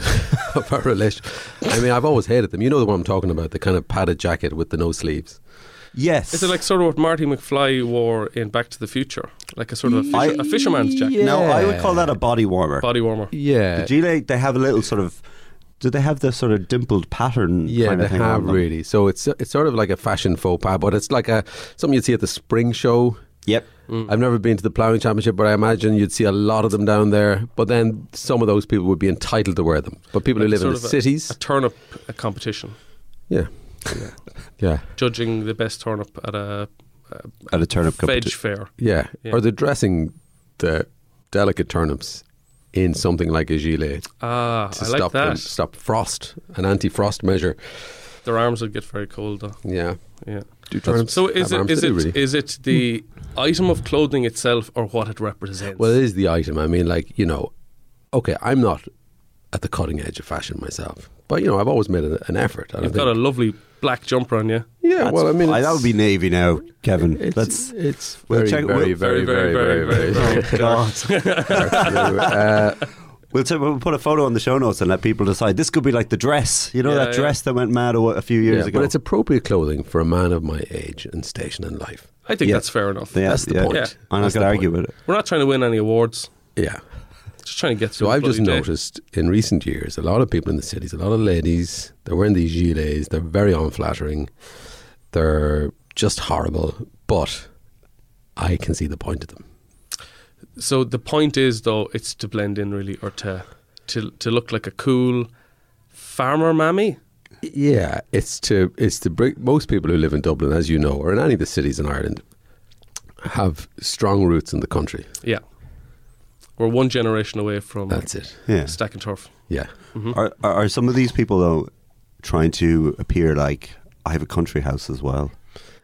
Speaker 13: of our relationship. I mean, I've always hated them. You know the one I'm talking about, the kind of padded jacket with the no sleeves.
Speaker 4: Yes.
Speaker 9: Is it like sort of what Marty McFly wore in Back to the Future? Like a sort of a,
Speaker 4: I-
Speaker 9: fisher, a fisherman's jacket?
Speaker 4: No, Oh, I would call that a body warmer.
Speaker 9: Body warmer.
Speaker 13: Yeah.
Speaker 4: The gilet, they have a little sort of. Do they have the sort of dimpled pattern?
Speaker 13: Yeah,
Speaker 4: kind
Speaker 13: they
Speaker 4: of thing on
Speaker 13: have
Speaker 4: them?
Speaker 13: really. So it's it's sort of like a fashion faux pas, but it's like a something you'd see at the spring show.
Speaker 4: Yep.
Speaker 9: Mm.
Speaker 13: I've never been to the ploughing championship, but I imagine you'd see a lot of them down there. But then some of those people would be entitled to wear them. But people who
Speaker 9: Like
Speaker 13: live in
Speaker 9: sort
Speaker 13: the
Speaker 9: of a-
Speaker 13: cities,
Speaker 9: A turnip a competition.
Speaker 13: yeah, yeah,
Speaker 9: Judging the best turnip at a. a
Speaker 4: At a turnip
Speaker 9: veg
Speaker 13: competi-
Speaker 9: fair.
Speaker 13: yeah,
Speaker 9: Yeah.
Speaker 13: or they're dressing the delicate turnips in something like a gilet
Speaker 9: Ah,
Speaker 13: to
Speaker 9: I like
Speaker 13: stop them-
Speaker 9: that.
Speaker 13: stop frost, an anti-frost measure.
Speaker 9: Their arms would get very cold, though.
Speaker 13: Yeah.
Speaker 9: yeah.
Speaker 13: Do arms-
Speaker 9: so is it
Speaker 13: have arms
Speaker 9: is
Speaker 13: to
Speaker 9: it
Speaker 13: do,
Speaker 9: is
Speaker 13: really?
Speaker 9: it the item of clothing itself or what it represents?
Speaker 13: Well, it is the item. I mean, like, you know, okay, I'm not at the cutting edge of fashion myself, but, you know, I've always made an, an effort. I
Speaker 9: You've got a lovely black jumper on you.
Speaker 13: Yeah, well, I mean,
Speaker 4: I, that would be navy now, Kevin.
Speaker 13: It's-
Speaker 4: That's
Speaker 13: it's
Speaker 4: we'll
Speaker 13: very,
Speaker 4: check-
Speaker 13: very,
Speaker 4: we'll-
Speaker 13: very, very, very, very, very
Speaker 4: Oh, God.
Speaker 13: dark. Dark blue, uh,
Speaker 4: We'll, t- we'll put a photo on the show notes and let people decide. This could be like the dress, you know,
Speaker 13: Yeah,
Speaker 4: that
Speaker 13: yeah.
Speaker 4: dress that went mad a, a few years
Speaker 13: yeah,
Speaker 4: ago.
Speaker 13: But it's appropriate clothing for a man of my age and station in life.
Speaker 9: I think
Speaker 13: Yeah.
Speaker 9: that's fair enough.
Speaker 13: Yeah, That's the yeah. point.
Speaker 9: Yeah.
Speaker 13: I'm not That's gonna the argue point. with
Speaker 4: it.
Speaker 9: We're not trying to win any awards.
Speaker 13: Yeah.
Speaker 9: Just trying to get through.
Speaker 13: So
Speaker 9: the
Speaker 13: I've just
Speaker 9: bloody day.
Speaker 13: noticed in recent years, a lot of people in the cities, a lot of ladies, they're wearing these gilets. They're very unflattering. They're just horrible. But I can see the point of them.
Speaker 9: So the point is, though, it's to blend in really, or to to to look like a cool farmer mammy.
Speaker 13: Yeah, it's to it's to bring most people who live in Dublin, as you know, or in any of the cities in Ireland, have strong roots in the country.
Speaker 9: Yeah, we're one generation away from
Speaker 13: That's it.
Speaker 4: Yeah.
Speaker 9: stack and turf.
Speaker 13: Yeah.
Speaker 9: Mhm.
Speaker 4: Are, are, are some of these people, though, trying to appear like, I have a country house as well?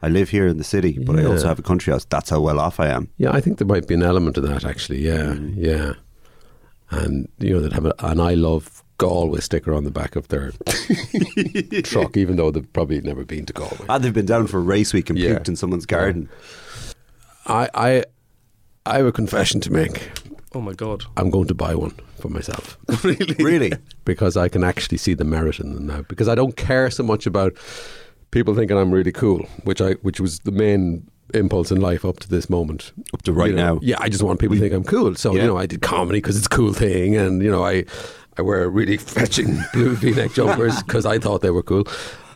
Speaker 4: I live here in the city, but I
Speaker 13: Yeah.
Speaker 4: also have a country house. That's how well off I am. Mm.
Speaker 13: Yeah, I think there might be an element of that actually. Yeah, yeah, and you know they'd have a, an "I love Galway" sticker on the back of their truck, even though they've probably never been to Galway.
Speaker 4: And they've been down for a race week and puked in someone's garden.
Speaker 13: I, I, I have a confession to make.
Speaker 9: Oh my god!
Speaker 13: I'm going to buy one for myself.
Speaker 9: really?
Speaker 4: Really?
Speaker 13: Because I can actually see the merit in them now. Because I don't care so much about people thinking I'm really cool, which I which was the main impulse in life up to this moment.
Speaker 4: Up to right
Speaker 13: You know,
Speaker 4: now.
Speaker 13: Yeah, I just want people to think I'm cool. So,
Speaker 4: Yeah.
Speaker 13: you know, I did comedy because it's a cool thing and you know, I I wear really fetching blue V-neck jumpers because I thought they were cool.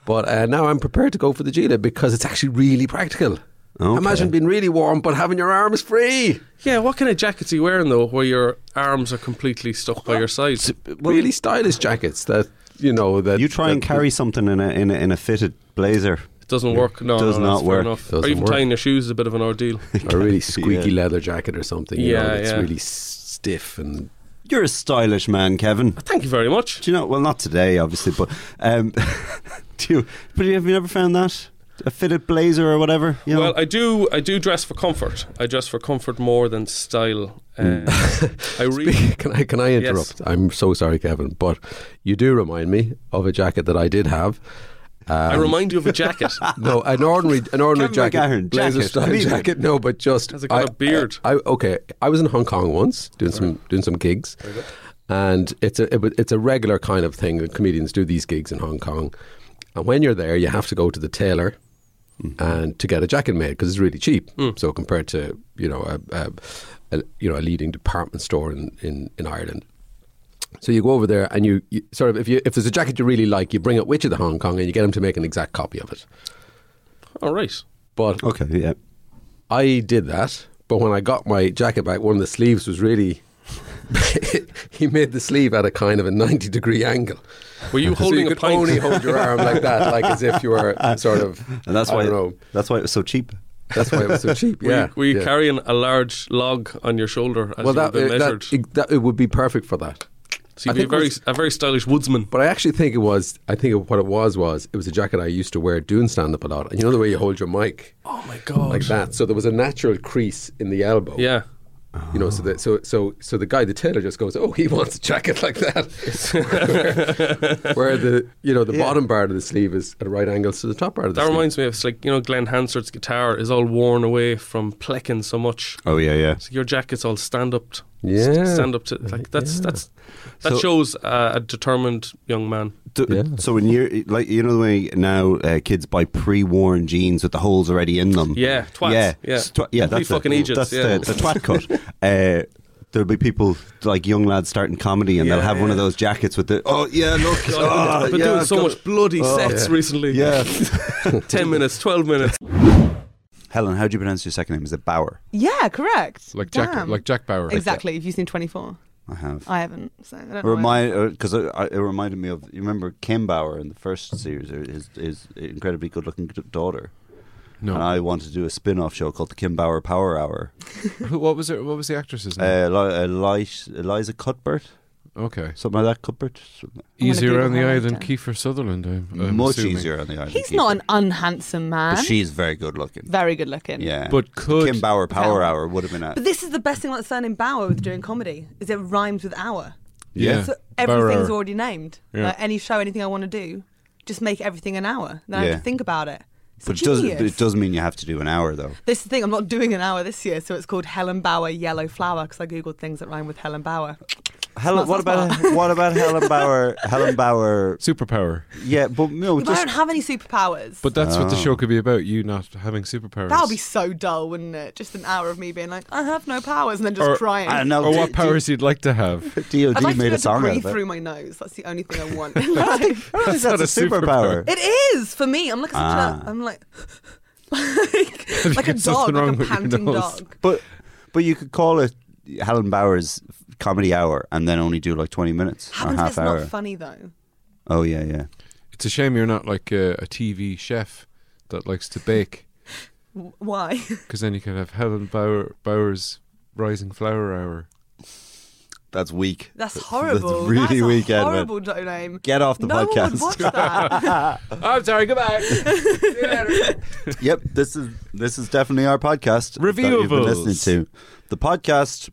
Speaker 13: But uh, now I'm prepared to go for the Gila because it's actually really practical. Imagine being really warm but having your arms free.
Speaker 9: Yeah, what kind of jackets are you wearing though, where your arms are completely stuck by your sides?
Speaker 13: really stylish jackets that you know that
Speaker 4: You try and carry something in a, in a, in a fitted blazer.
Speaker 9: It doesn't work. No,
Speaker 4: does
Speaker 9: no,
Speaker 4: not
Speaker 9: that's fair
Speaker 4: work.
Speaker 9: enough. or even tying your shoes is a bit of an ordeal.
Speaker 13: a really squeaky leather jacket or something. You
Speaker 9: Yeah,
Speaker 13: know, that's
Speaker 9: yeah.
Speaker 13: really s- stiff and
Speaker 4: You're a stylish man, Kevin.
Speaker 9: Thank you very much.
Speaker 4: Do you know? Well, not today, obviously, but um, do you? But have you never found that a fitted blazer or whatever? You know?
Speaker 9: Well, I do. I do dress for comfort. I dress for comfort more than style.
Speaker 13: Mm.
Speaker 9: Uh, I re-
Speaker 13: can I can I
Speaker 9: Yes.
Speaker 13: interrupt? I'm so sorry, Kevin, but you do remind me of a jacket that I did have.
Speaker 9: I
Speaker 13: Um,
Speaker 9: remind you of a jacket.
Speaker 13: no, an ordinary, an ordinary
Speaker 9: Kevin
Speaker 13: jacket,
Speaker 9: McGahern,
Speaker 13: blazer
Speaker 9: jacket,
Speaker 13: style
Speaker 9: leave it.
Speaker 13: jacket. No, but just
Speaker 9: Has it got
Speaker 13: I-
Speaker 9: a beard?
Speaker 13: I, okay, I was in Hong Kong once doing some doing some gigs, and it's a it, wa- it's a regular kind of thing that comedians do these gigs in Hong Kong, and when you're there, you have to go to the tailor. And to get a jacket made because it's really cheap.
Speaker 9: Mm.
Speaker 13: So compared to you know a, a, a you know a leading department store in, in, in Ireland, so you go over there and you, you sort of if you if there's a jacket you really like, you bring it with you to Hong Kong and you get them to make an exact copy of it.
Speaker 9: All right.
Speaker 13: But
Speaker 4: okay, yeah,
Speaker 13: I did that. But when I got my jacket back, one of the sleeves was really. he made the sleeve at a kind of a ninety degree angle.
Speaker 9: Were you
Speaker 13: So
Speaker 9: holding
Speaker 13: you
Speaker 9: a
Speaker 13: could
Speaker 9: pint?
Speaker 13: only hold your arm like that, like as if you were sort of.
Speaker 4: and that's
Speaker 13: I
Speaker 4: why
Speaker 13: don't know.
Speaker 4: that's why it was so cheap.
Speaker 13: That's why it was so cheap.
Speaker 9: Were
Speaker 13: Yeah,
Speaker 9: you, were you
Speaker 13: yeah.
Speaker 9: carrying a large log on your shoulder as
Speaker 13: well,
Speaker 9: you were
Speaker 13: that,
Speaker 9: being
Speaker 13: it,
Speaker 9: measured?
Speaker 13: that, it, that it would be perfect for that.
Speaker 9: so you'd be a
Speaker 13: think it
Speaker 9: very,
Speaker 13: was-
Speaker 9: a very stylish woodsman.
Speaker 13: But I actually think it was. I think it- what it was was it was a jacket I used to wear doing stand up a lot. And you know the way you hold your mic.
Speaker 9: Oh my god!
Speaker 13: Like that. So there was a natural crease in the elbow.
Speaker 9: Yeah.
Speaker 13: You know, so that so so so the guy, the tailor, just goes, "Oh, he wants a jacket like that," where, where the you know the bottom part of the sleeve is at right angles to the top part of the
Speaker 9: That
Speaker 13: sleeve.
Speaker 9: reminds me of it's like you know Glenn Hansard's guitar is all worn away from plecking so much.
Speaker 4: Oh yeah, yeah.
Speaker 9: So your jacket's all stand up.
Speaker 13: Yeah.
Speaker 9: stand up to like that's that's that
Speaker 4: So-
Speaker 9: shows uh, a determined young man.
Speaker 4: Do- So when you like, you know the way now uh, kids buy pre-worn jeans with the holes already in them.
Speaker 9: Yeah, twats,
Speaker 4: Yeah,
Speaker 9: yeah.
Speaker 4: Tw- yeah
Speaker 9: Complete
Speaker 4: that's the-
Speaker 9: fucking idiots,
Speaker 4: That's
Speaker 9: yeah.
Speaker 4: the, the twat cut. uh, there'll be people like young lads starting comedy, and they'll have one of those jackets with the oh yeah look.
Speaker 9: God,
Speaker 4: oh,
Speaker 9: I've been
Speaker 4: yeah,
Speaker 9: doing
Speaker 4: I've
Speaker 9: so
Speaker 4: got
Speaker 9: much
Speaker 4: it."
Speaker 9: bloody
Speaker 4: Oh,
Speaker 9: sets
Speaker 4: yeah.
Speaker 9: recently.
Speaker 4: Yeah.
Speaker 9: ten minutes, twelve minutes.
Speaker 4: Helen, how do you pronounce your second name? Is it Bauer?
Speaker 14: Yeah, correct.
Speaker 4: Like Jack-
Speaker 14: Damn.
Speaker 4: like Jack Bauer.
Speaker 14: Exactly. If you've seen 24,
Speaker 4: I have.
Speaker 14: I haven't. So I don't know.
Speaker 4: Remind uh, because it, it reminded me of you remember Kim Bauer in the first series, or his his incredibly good looking daughter.
Speaker 3: No.
Speaker 4: and I wanted to do a spin off show called the Kim Bauer Power Hour.
Speaker 3: Who- what was it? What was the actress's name?
Speaker 4: Uh, Eli- Eliza, Eliza Cuthbert.
Speaker 3: Okay.
Speaker 4: Something like that, Cuthbert. Something like-
Speaker 3: Easier
Speaker 14: Google
Speaker 3: on the
Speaker 14: her
Speaker 3: eye
Speaker 14: right
Speaker 3: than
Speaker 14: now.
Speaker 3: Kiefer Sutherland. eh? I'm, I'm
Speaker 4: Much
Speaker 3: assuming.
Speaker 4: easier on the eye. than
Speaker 14: He's
Speaker 4: Keith.
Speaker 14: not an unhandsome man.
Speaker 4: But she's very good looking.
Speaker 14: very good looking.
Speaker 4: Yeah.
Speaker 3: But could
Speaker 4: Kim Bauer Power Hour would have been at
Speaker 15: But this is the best thing about the surname Bauer with doing comedy is it rhymes with hour.
Speaker 4: Yeah.
Speaker 15: So everything's
Speaker 4: Bauer.
Speaker 15: already named.
Speaker 4: Yeah.
Speaker 15: Like any show, anything I want to do, just make everything an hour. Then I
Speaker 4: Yeah.
Speaker 15: have to think about it. It's
Speaker 4: But it does
Speaker 15: genius.
Speaker 4: it does mean you have to do an hour though.
Speaker 15: This is the thing, I'm not doing an hour this year, so it's called Helen Bauer Yellow Flower because I googled things that rhyme with Helen Bauer.
Speaker 4: Helen, what about what about Helen Bauer? Helen Bauer
Speaker 3: superpower.
Speaker 4: Yeah, but no,
Speaker 15: But I
Speaker 4: just
Speaker 15: don't have any superpowers.
Speaker 3: But that's what the
Speaker 4: Oh.
Speaker 3: show could be about. You not having superpowers.
Speaker 15: That would be so dull, wouldn't it? Just an hour of me being like, I have no powers, and then just
Speaker 3: or,
Speaker 15: crying.
Speaker 3: or what powers you'd like to have.
Speaker 15: I'd like to be able to breathe through my nose. That's the only thing I want. Like-
Speaker 4: that's not a superpower.
Speaker 15: It is for me. I'm like such
Speaker 4: Ah.
Speaker 15: a, I'm like like, like a dog, like a panting dog.
Speaker 4: But but you could call it Helen Bauer's comedy hour and then only do like twenty minutes or
Speaker 15: Happens if
Speaker 4: half
Speaker 15: it's
Speaker 4: hour.
Speaker 15: not funny though.
Speaker 4: oh yeah, yeah.
Speaker 3: It's a shame you're not like a, a TV chef that likes to bake,
Speaker 15: W- Why?
Speaker 3: because then you could have Helen Bauer, Bauer's Rising Flower Hour.
Speaker 4: That's weak.
Speaker 15: That's horrible.
Speaker 3: really
Speaker 15: That's a
Speaker 3: weak, Edwin.
Speaker 15: Horrible joke name.
Speaker 4: Get off the
Speaker 15: no One
Speaker 4: podcast.
Speaker 15: would watch that.
Speaker 3: I'm sorry. Goodbye.
Speaker 4: yep, this is this is definitely our podcast that you've been
Speaker 3: Reviewables.
Speaker 4: listening to. The podcast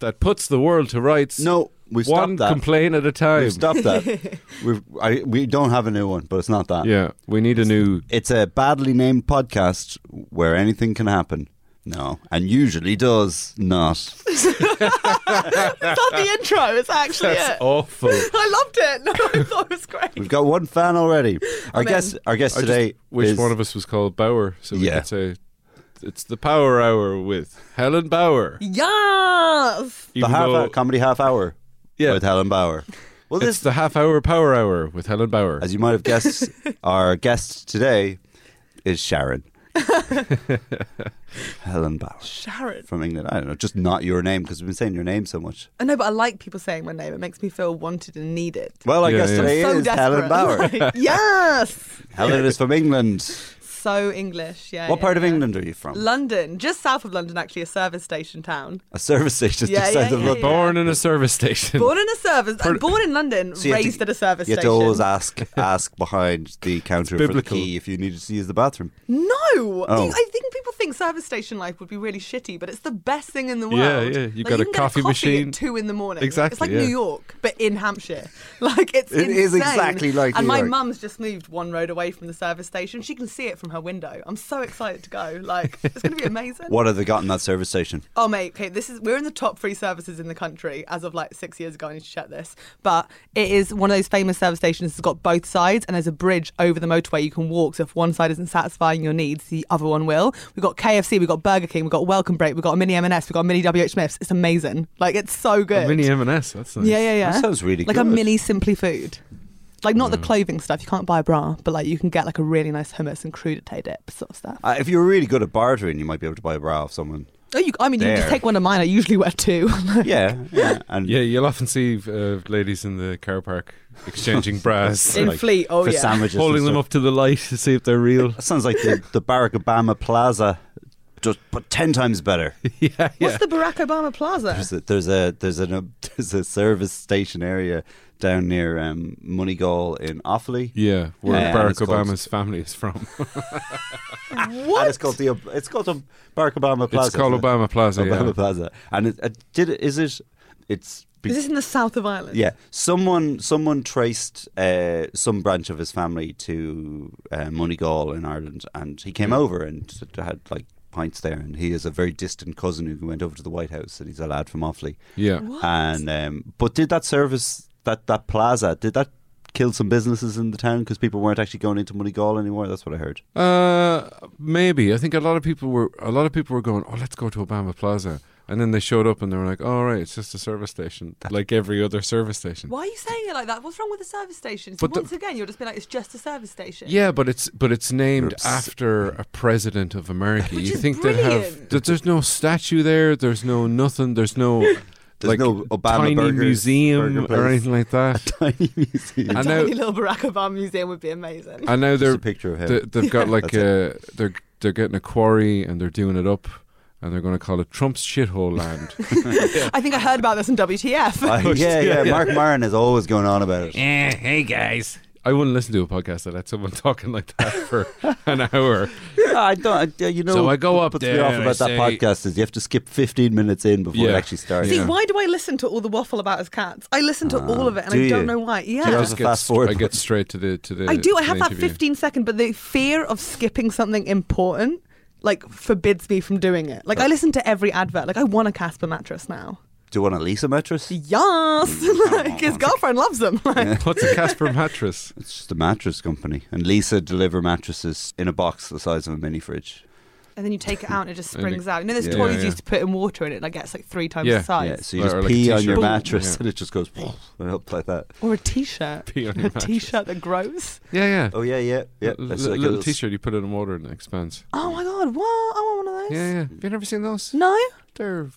Speaker 3: that puts the world to rights.
Speaker 4: No, we've
Speaker 3: One
Speaker 4: stopped that.
Speaker 3: complaint at a time.
Speaker 4: We've stopped that. we've I, we don't have a new one, but it's not that.
Speaker 3: Yeah, we need a new.
Speaker 4: It's a badly named podcast where anything can happen. No, and usually does not.
Speaker 14: It's not the intro. It's actually it.
Speaker 4: That's
Speaker 3: awful.
Speaker 14: I loved it. No, I thought it was great.
Speaker 4: We've got one fan already. Our
Speaker 14: I'm
Speaker 4: guest,
Speaker 14: in.
Speaker 4: our guest
Speaker 3: I just
Speaker 4: today.
Speaker 3: wish
Speaker 4: is-
Speaker 3: one of us was called Bauer, so we
Speaker 4: Yeah.
Speaker 3: could say it's the Power Hour with Helen Bauer.
Speaker 15: yes.
Speaker 4: the
Speaker 3: even
Speaker 4: half
Speaker 3: though-
Speaker 4: hour, comedy half hour with Helen Bauer. Well,
Speaker 3: it's the half hour Power Hour with Helen Bauer.
Speaker 4: As you might have guessed, our guest today is Sharon. Helen Bauer.
Speaker 15: Sharon.
Speaker 4: From England. I don't know. Just not your name because we've been saying your name so much.
Speaker 15: I know, but I like people saying my name. It makes me feel wanted and needed.
Speaker 4: Well, I
Speaker 15: I'm
Speaker 4: guess today
Speaker 15: so
Speaker 4: is
Speaker 15: desperate.
Speaker 4: Helen Bauer.
Speaker 15: Like, yes.
Speaker 4: Helen is from England.
Speaker 15: So English. Yeah. yeah,
Speaker 4: what part of
Speaker 15: yeah.
Speaker 4: England are you from?
Speaker 15: London, just south of London, actually, a service station town.
Speaker 4: a service station
Speaker 15: Yeah,
Speaker 4: just
Speaker 15: yeah,
Speaker 4: south of
Speaker 15: yeah,
Speaker 4: London.
Speaker 15: yeah.
Speaker 3: Born in a service station.
Speaker 15: Born in a service,
Speaker 4: Per-
Speaker 15: born in London,
Speaker 4: So you have to-
Speaker 15: raised at a service
Speaker 4: You have to
Speaker 15: station.
Speaker 4: always ask ask behind the counter for the
Speaker 3: biblical.
Speaker 4: key if you needed to use the bathroom.
Speaker 15: No,
Speaker 4: Oh.
Speaker 15: I think people think service station life would be really shitty, but it's the best thing in the world.
Speaker 3: Yeah, yeah.
Speaker 15: Like,
Speaker 3: You've got
Speaker 15: you can
Speaker 3: a
Speaker 15: get coffee
Speaker 3: coffee machine.
Speaker 15: at two in the morning.
Speaker 3: Exactly,
Speaker 15: it's like
Speaker 3: yeah.
Speaker 15: New York, but in Hampshire. Like it's
Speaker 4: It is
Speaker 15: insane.
Speaker 4: exactly like
Speaker 15: And
Speaker 4: New
Speaker 15: my
Speaker 4: York.
Speaker 15: mum's just moved one road away from the service station. She can see it from her window. I'm so excited to go. Like it's going to be amazing.
Speaker 4: What have they got in that service station?
Speaker 15: Oh mate, okay, this is we're in the top three services in the country as of like six years ago. I need to check this, but it is one of those famous service stations that's got both sides, and there's a bridge over the motorway you can walk. So if one side isn't satisfying your needs, the other one will. We've got KFC, we've got Burger King, we've got Welcome Break, we've got a mini M&S, we've got a mini WH Smiths. It's amazing, like it's so good.
Speaker 3: A mini M&S. That's nice.
Speaker 15: yeah, yeah, yeah. like a
Speaker 3: good. Hmm.
Speaker 15: mini Simply Food. Like not the
Speaker 3: Yeah.
Speaker 15: clothing stuff. You can't buy a bra, but like you can get like a really nice hummus and crudité dip sort of stuff.
Speaker 4: Uh, if you were really good at bartering, you might be able to buy a bra off someone.
Speaker 15: Oh, you, I mean, you can
Speaker 4: There.
Speaker 15: just take one of mine. I usually wear two.
Speaker 4: Yeah, yeah. And
Speaker 3: yeah, you'll often see uh, ladies in the car park exchanging bras
Speaker 15: In Like, fleet, oh, for yeah. sandwiches and
Speaker 3: holding them
Speaker 4: stuff.
Speaker 3: up to the light to see if they're real.
Speaker 4: That sounds like the, the Barack Obama Plaza, just but ten times better.
Speaker 3: yeah, yeah.
Speaker 15: What's the Barack Obama Plaza?
Speaker 4: There's a there's a there's, an, there's a service station area down near um, Moneygall in Offaly.
Speaker 3: Yeah, where
Speaker 4: Uh, and
Speaker 3: Barack
Speaker 4: it's called-
Speaker 3: Obama's family is from.
Speaker 4: And it's called the Ob- it's called the Barack Obama Plaza.
Speaker 3: It's called
Speaker 4: isn't it?
Speaker 3: Obama Plaza, yeah.
Speaker 4: Obama Plaza. And it, it did it- is it? It's be-
Speaker 15: Is this in the south of Ireland?
Speaker 4: yeah. Someone someone traced uh, some branch of his family to uh, Moneygall in Ireland, and he came over and s- had like pints there. And he is a very distant cousin who went over to the White House, and he's a lad from Offaly.
Speaker 3: Yeah.
Speaker 4: And um, but did that service that that plaza did that? Kill some businesses in the town because people weren't actually going into Moneygall anymore. That's what I heard.
Speaker 3: Uh, maybe. I think a lot of people were a lot of people were going, "Oh, let's go to Obama Plaza," and then they showed up and they were like, "All right, it's just a service station, like every other service station."
Speaker 15: Why are you saying it like that? What's wrong with the service station?
Speaker 3: But the-
Speaker 15: Once again, you'll just be like, it's just a service station.
Speaker 3: Yeah, but it's but it's named after a president of America. you
Speaker 15: is
Speaker 3: think they'd have
Speaker 15: brilliant.
Speaker 3: that? There's no statue there. There's no nothing. There's no like
Speaker 4: no Obama
Speaker 3: tiny
Speaker 4: burgers,
Speaker 3: museum
Speaker 4: burger
Speaker 3: or
Speaker 4: place.
Speaker 3: anything like that.
Speaker 4: tiny museum.
Speaker 15: A
Speaker 3: And
Speaker 15: tiny
Speaker 3: now,
Speaker 15: little Barack Obama museum would be amazing.
Speaker 3: and now they're
Speaker 4: picture of him.
Speaker 3: they- they've got like
Speaker 4: That's
Speaker 3: uh, they're they're getting a quarry and they're doing it up.
Speaker 16: and they're going to call it Trump's shithole land.
Speaker 15: I think I heard about this in WTF.
Speaker 4: Uh, yeah, yeah, Mark Maron is always going on about it.
Speaker 16: Eh, hey guys. I wouldn't listen to a podcast that let someone talking like that for an hour.
Speaker 4: Yeah, I don't. I, you know,
Speaker 16: So I go
Speaker 4: what
Speaker 16: up
Speaker 4: puts
Speaker 16: there
Speaker 4: me off
Speaker 16: and I
Speaker 4: about that
Speaker 16: say-
Speaker 4: podcast is you have to skip 15 minutes in before it
Speaker 16: Yeah.
Speaker 4: actually starts.
Speaker 15: See, why do I listen to all the waffle about his cats? I listen to all of it, and
Speaker 4: Ah, do
Speaker 15: I don't
Speaker 4: you?
Speaker 15: know why.
Speaker 4: Do you
Speaker 15: Yeah,
Speaker 4: have
Speaker 16: Just
Speaker 4: a
Speaker 16: get
Speaker 4: fast
Speaker 16: st-
Speaker 4: forward
Speaker 16: I get straight to the to the.
Speaker 15: I do. I
Speaker 16: to
Speaker 15: have
Speaker 16: the
Speaker 15: that
Speaker 16: interview.
Speaker 15: 15 second, but the fear of skipping something important like forbids me from doing it. Like I listen to every advert. Like I want a Casper mattress now.
Speaker 4: Do you want a Lisa mattress?
Speaker 15: Yes,
Speaker 16: Mm.
Speaker 15: like his girlfriend loves them. Like,
Speaker 16: What's a Casper mattress?
Speaker 4: It's just a mattress company, and Lisa deliver mattresses in a box the size of a mini fridge.
Speaker 15: and then you take it out and it just
Speaker 4: And it-
Speaker 15: springs out. You know, those
Speaker 4: yeah,
Speaker 15: toys
Speaker 4: yeah.
Speaker 15: you used to put in water and it like gets like three times the size.
Speaker 4: yeah. So you
Speaker 16: Or
Speaker 4: just
Speaker 16: like a
Speaker 4: pee on your
Speaker 16: t-shirt.
Speaker 4: mattress,
Speaker 16: Yeah.
Speaker 4: and it just goes and up like that.
Speaker 15: Or a t-shirt.
Speaker 16: Pee on your
Speaker 15: a
Speaker 16: mattress.
Speaker 15: t-shirt that grows.
Speaker 16: Yeah, yeah.
Speaker 4: Oh yeah, yeah, yeah.
Speaker 16: L-
Speaker 4: That's
Speaker 16: l-
Speaker 4: like a
Speaker 16: little
Speaker 4: little-
Speaker 16: T-shirt you put it in water and it expands.
Speaker 15: Oh my god! What? I want one of those.
Speaker 16: Yeah, yeah. Have you never seen those?
Speaker 15: No.
Speaker 16: They're.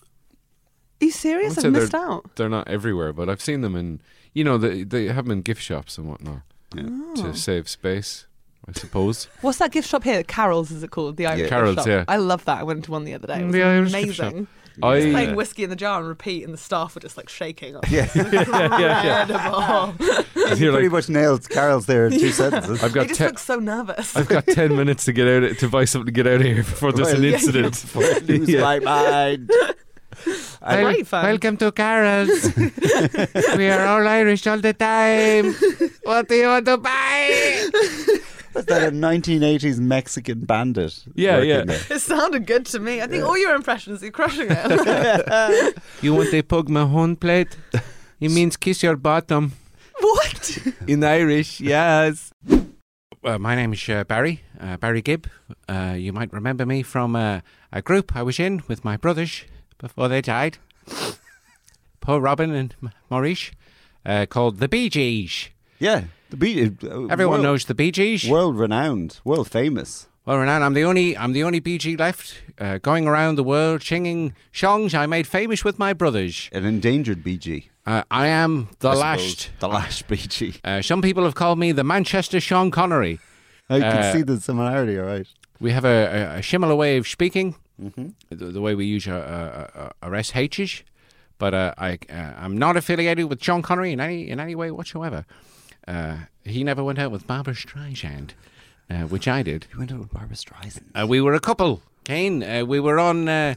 Speaker 16: Are
Speaker 15: you
Speaker 16: I'd
Speaker 15: serious?
Speaker 16: say
Speaker 15: I've missed
Speaker 16: they're,
Speaker 15: out.
Speaker 16: They're not everywhere, but I've seen them in. You know, they they have them in gift shops and whatnot
Speaker 15: Oh.
Speaker 16: to save space, I suppose.
Speaker 15: What's that gift shop here? Carol's is it called? The Irish gift
Speaker 16: Carol's,
Speaker 15: shop.
Speaker 16: yeah. Mm,
Speaker 15: I love that. I went to one the other day. It was
Speaker 16: The Irish gift shop.
Speaker 15: amazing.
Speaker 16: I- uh,
Speaker 15: Just playing whiskey in the jar and repeat, and the staff were just like shaking.
Speaker 4: Yeah.
Speaker 15: yeah,
Speaker 4: Yeah, yeah. You pretty much nailed Carol's there in two sentences.
Speaker 16: I've got
Speaker 15: They just
Speaker 16: te-
Speaker 15: look so nervous.
Speaker 16: I've got ten minutes to get out to buy something to get out of here before there's an
Speaker 4: Well, yeah,
Speaker 16: incident.
Speaker 4: before I lose my mind. I-
Speaker 16: Well,
Speaker 15: Great fun.
Speaker 16: Welcome to Carol's. we are all Irish all the time. What do you want to buy?
Speaker 4: Was that a 1980s Mexican bandit?
Speaker 16: Yeah,
Speaker 4: working
Speaker 16: yeah.
Speaker 4: there?
Speaker 15: It sounded good to me. I think all your impressions, you're crushing it.
Speaker 16: You want a pug mahon plate? It means kiss your bottom.
Speaker 15: what?
Speaker 16: In Irish, yes. Uh, my name is uh, Barry, uh, Barry Gibb. Uh, you might remember me from uh, a group I was in with my brothers before they died. Poor Robin and M- Maurice, uh, called the Bee Gees.
Speaker 4: Yeah, the Bee. uh,
Speaker 16: Everyone
Speaker 4: world-
Speaker 16: knows the Bee Gees.
Speaker 4: World renowned, world famous.
Speaker 16: Well, Renan, I'm the only I'm the only BG left, uh, going around the world singing songs I made famous with my brothers.
Speaker 4: An endangered BG.
Speaker 16: Uh, I am the
Speaker 4: I suppose.
Speaker 16: lashed.
Speaker 4: The lashed BG.
Speaker 16: Uh, some people have called me the Manchester Sean Connery.
Speaker 4: I can
Speaker 16: Uh,
Speaker 4: see the similarity, all right. Mm-hmm.
Speaker 16: We have a, a, a similar way of speaking, the, the way we use our, our, our our SHs, but uh, I, uh, I'm not affiliated with John Connery in any in any way whatsoever. Uh, he never went out with Barbara Streisand, uh, which I did.
Speaker 4: You went out with Barbara Streisand.
Speaker 16: Uh, we were a couple, Kane. Uh, we were on uh,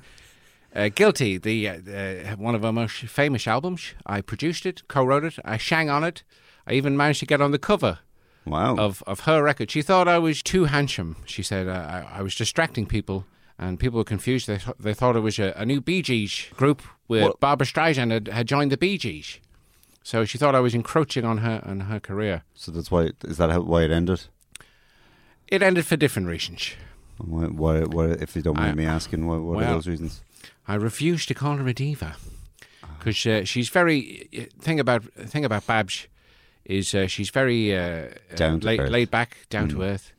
Speaker 16: uh, "Guilty," the uh, uh, one of our most famous albums. I produced it, co-wrote it, I sang on it. I even managed to get on the cover.
Speaker 4: Wow.
Speaker 16: Of of her record, she thought I was too handsome. She said uh, I, I was distracting people, and people were confused. They th- they thought it was a, a new Bee Gees group where
Speaker 4: Well-
Speaker 16: Barbara Streisand had, had joined the Bee Gees. So she thought I was encroaching on her on her career.
Speaker 4: So that's why. Is that how, why it ended?
Speaker 16: It ended for different reasons.
Speaker 4: Why, why, why, if you don't mind
Speaker 16: I-
Speaker 4: me asking, what, what
Speaker 16: Well,
Speaker 4: are those reasons?
Speaker 16: I refuse to call her a diva because uh, she's very uh, thing about thing about Babs is uh, she's very uh,
Speaker 4: Down
Speaker 16: uh,
Speaker 4: to
Speaker 16: laid,
Speaker 4: earth.
Speaker 16: laid back, down to
Speaker 4: Mm.
Speaker 16: earth.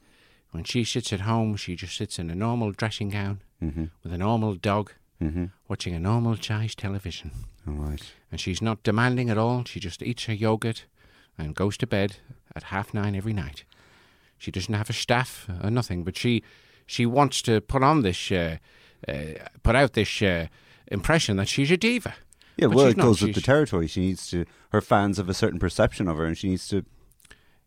Speaker 16: When she sits at home, she just sits in a normal dressing gown
Speaker 4: Mhm.
Speaker 16: with a normal dog,
Speaker 4: Mhm.
Speaker 16: watching a normal size television,
Speaker 4: All right.
Speaker 16: and she's not demanding at all. She just eats her yogurt and goes to bed at half nine every night. She doesn't have a staff or nothing, but she she wants to put on this, uh, uh, put out this uh, impression that she's a diva.
Speaker 4: Yeah,
Speaker 16: But
Speaker 4: well,
Speaker 16: she's
Speaker 4: it
Speaker 16: not.
Speaker 4: goes with the
Speaker 16: She's-
Speaker 4: territory. She needs to. Her fans have a certain perception of her, and she needs to.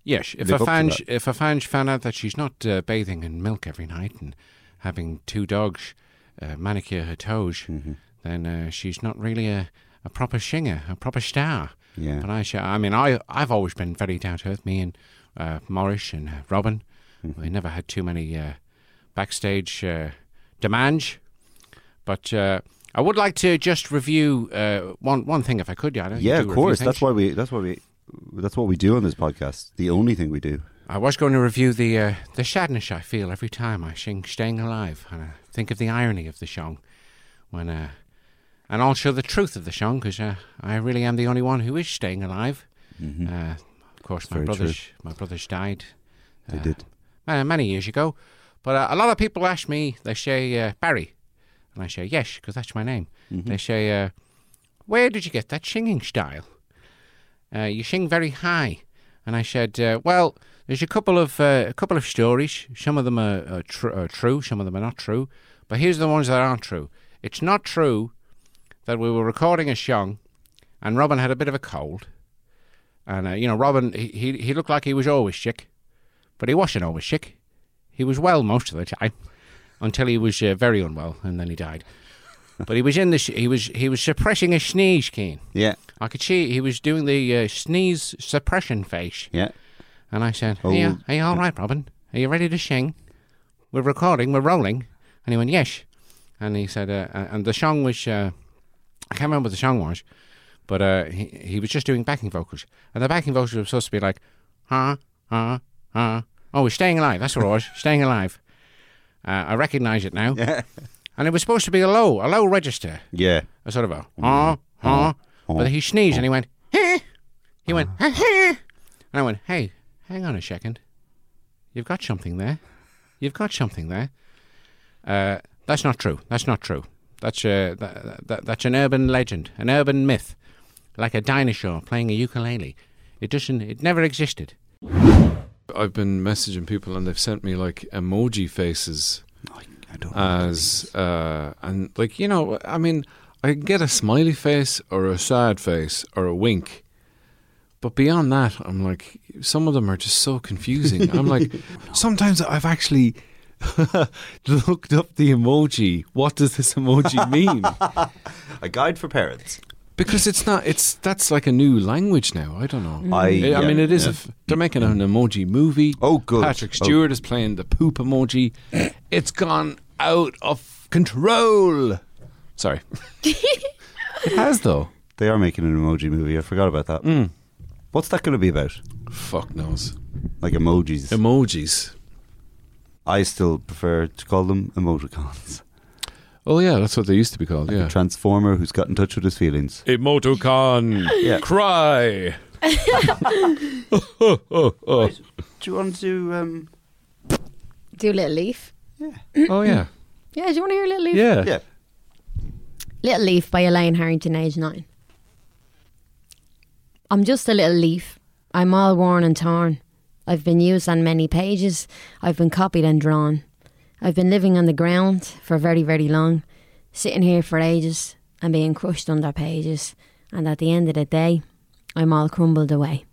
Speaker 16: Yes,
Speaker 4: live
Speaker 16: if a
Speaker 4: up to
Speaker 16: fan
Speaker 4: that.
Speaker 16: if a fan found out that she's not uh, bathing in milk every night and having two dogs uh, manicure her toes,
Speaker 4: Mm-hmm.
Speaker 16: then uh, she's not really a, a proper singer, a proper star.
Speaker 4: Yeah.
Speaker 16: But I, sh- I mean, I I've always been very down to earth. Me and uh, Morris and uh, Robin,
Speaker 4: Mm-hmm.
Speaker 16: we never had too many uh, backstage uh, demands. But uh, I would like to just review uh, one one thing if I could. Yeah, I don't
Speaker 4: Yeah,
Speaker 16: uh, do
Speaker 4: of
Speaker 16: review
Speaker 4: course.
Speaker 16: things.
Speaker 4: That's why we. That's why we. That's what we do on this podcast. The only thing we do.
Speaker 16: I was going to review the uh, the sadness I feel every time I sing "Staying Alive," and I think of the irony of the song, when uh, and also the truth of the song, because uh, I really am the only one who is staying alive.
Speaker 4: Mm-hmm.
Speaker 16: Uh, of course, my
Speaker 4: Very true.
Speaker 16: brothers my brothers died.
Speaker 4: They
Speaker 16: uh,
Speaker 4: did.
Speaker 16: ma- many years ago, but uh, a lot of people ask me. They say uh, Barry, and I say yes because that's my name. They say, uh, "Where did you get that singing style?" uh, you sing very high. And I said, uh, well, there's a couple of uh, a couple of stories. Some of them are, are, tr- are true, some of them are not true. But here's the ones that aren't true. It's not true that we were recording a song and Robin had a bit of a cold. And, uh, you know, Robin, he, he, he looked like he was always sick, but he wasn't always sick. He was well most of the time until he was uh, very unwell and then he died. But he was in the sh- he was he was suppressing a sneeze, Keen.
Speaker 4: Yeah.
Speaker 16: I could see he was doing the uh, sneeze suppression face.
Speaker 4: Yeah.
Speaker 16: And I said, are you,
Speaker 4: Oh.
Speaker 16: are you all right, Robin? Are you ready to sing? We're recording, we're rolling. And he went, yes. And he said, uh, uh, and the song was, uh, I can't remember what the song was, but uh, he, he was just doing backing vocals. And the backing vocals were supposed to be like, ha, ha, ha. Oh, we're staying alive. That's what it was, staying alive. Uh, I recognize it now. and it was supposed to be a low, a low register.
Speaker 4: Yeah.
Speaker 16: A sort of a, ha, ha. But he sneezed
Speaker 3: Oh.
Speaker 16: and he went, eh. He went, eh. And I went, hey, hang on a second. You've got something there. You've got something there. Uh, that's not true. That's not true. That's uh, that, that, that's an urban legend, an urban myth, like a dinosaur playing a ukulele. It doesn't. It never existed.
Speaker 3: I've been messaging people and they've sent me like emoji faces as uh, and like you know I mean I can get a smiley face or a sad face or a wink, but beyond that I'm like some of them are just so confusing. I'm like sometimes I've actually looked up the emoji. What does this emoji mean?
Speaker 16: uh,
Speaker 4: a guide for parents.
Speaker 3: Because it's not, it's that's like a new language now. I don't know.
Speaker 4: Mm. I-
Speaker 3: I,
Speaker 4: yeah,
Speaker 3: mean, it is. a
Speaker 4: yeah.
Speaker 3: f they're making an emoji movie. Oh,
Speaker 4: good.
Speaker 3: Patrick
Speaker 4: Oh.
Speaker 3: Stewart is playing the poop emoji. it's gone out of control. Sorry, it has though.
Speaker 4: They are making an emoji movie. I forgot about that.
Speaker 3: Mm.
Speaker 4: What's that going to be about?
Speaker 3: Fuck knows.
Speaker 4: Like emojis.
Speaker 3: Emojis.
Speaker 4: I still prefer to call them emoticons.
Speaker 3: Oh yeah, that's what they used to be called.
Speaker 4: Like
Speaker 3: yeah,
Speaker 4: a transformer who's got in touch with his feelings.
Speaker 3: emoticon.
Speaker 4: Yeah.
Speaker 3: Cry.
Speaker 4: Do you want to? Um...
Speaker 8: Do Little Leaf.
Speaker 3: Oh yeah.
Speaker 17: Yeah, do you want to hear Little Leaf?
Speaker 3: Yeah. Yeah.
Speaker 17: Little Leaf by Elaine Harrington, age nine. I'm just a little leaf. I'm all worn and torn. I've been used on many pages. I've been copied and drawn. I've been living on the ground for very, very long, sitting here for ages and being crushed under pages. And at the end of the day, I'm all crumbled away.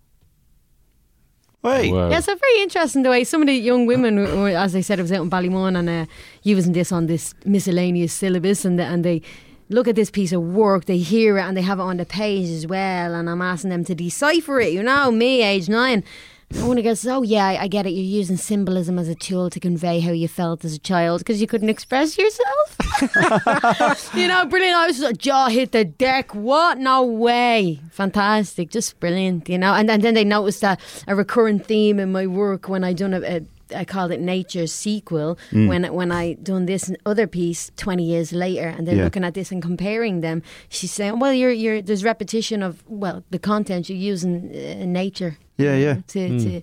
Speaker 4: Wait.
Speaker 17: Yeah, so very interesting the way some of the young women, were- were- as I said, I was out in Ballymun and uh, using this on this miscellaneous syllabus, and and they look at this piece of work, they hear it, and they have it on the page as well. And I'm asking them to decipher it. You know, me, age nine. I want to go, oh, yeah, I, I get it. You're using symbolism as a tool to convey how you felt as a child because you couldn't express yourself. you know, brilliant. I was just like, jaw hit the deck. What? No way. Fantastic. Just brilliant, you know. And, and then they noticed that a recurrent theme in my work when I done a, a I called it Nature's Sequel
Speaker 18: Mm.
Speaker 17: when when I done this other piece 20 years later and they're
Speaker 18: Yeah.
Speaker 17: looking at this and comparing them she's saying well you're, you're there's repetition of well the content you use in, uh, in nature
Speaker 4: Yeah, yeah.
Speaker 17: to,
Speaker 4: Mm.
Speaker 17: to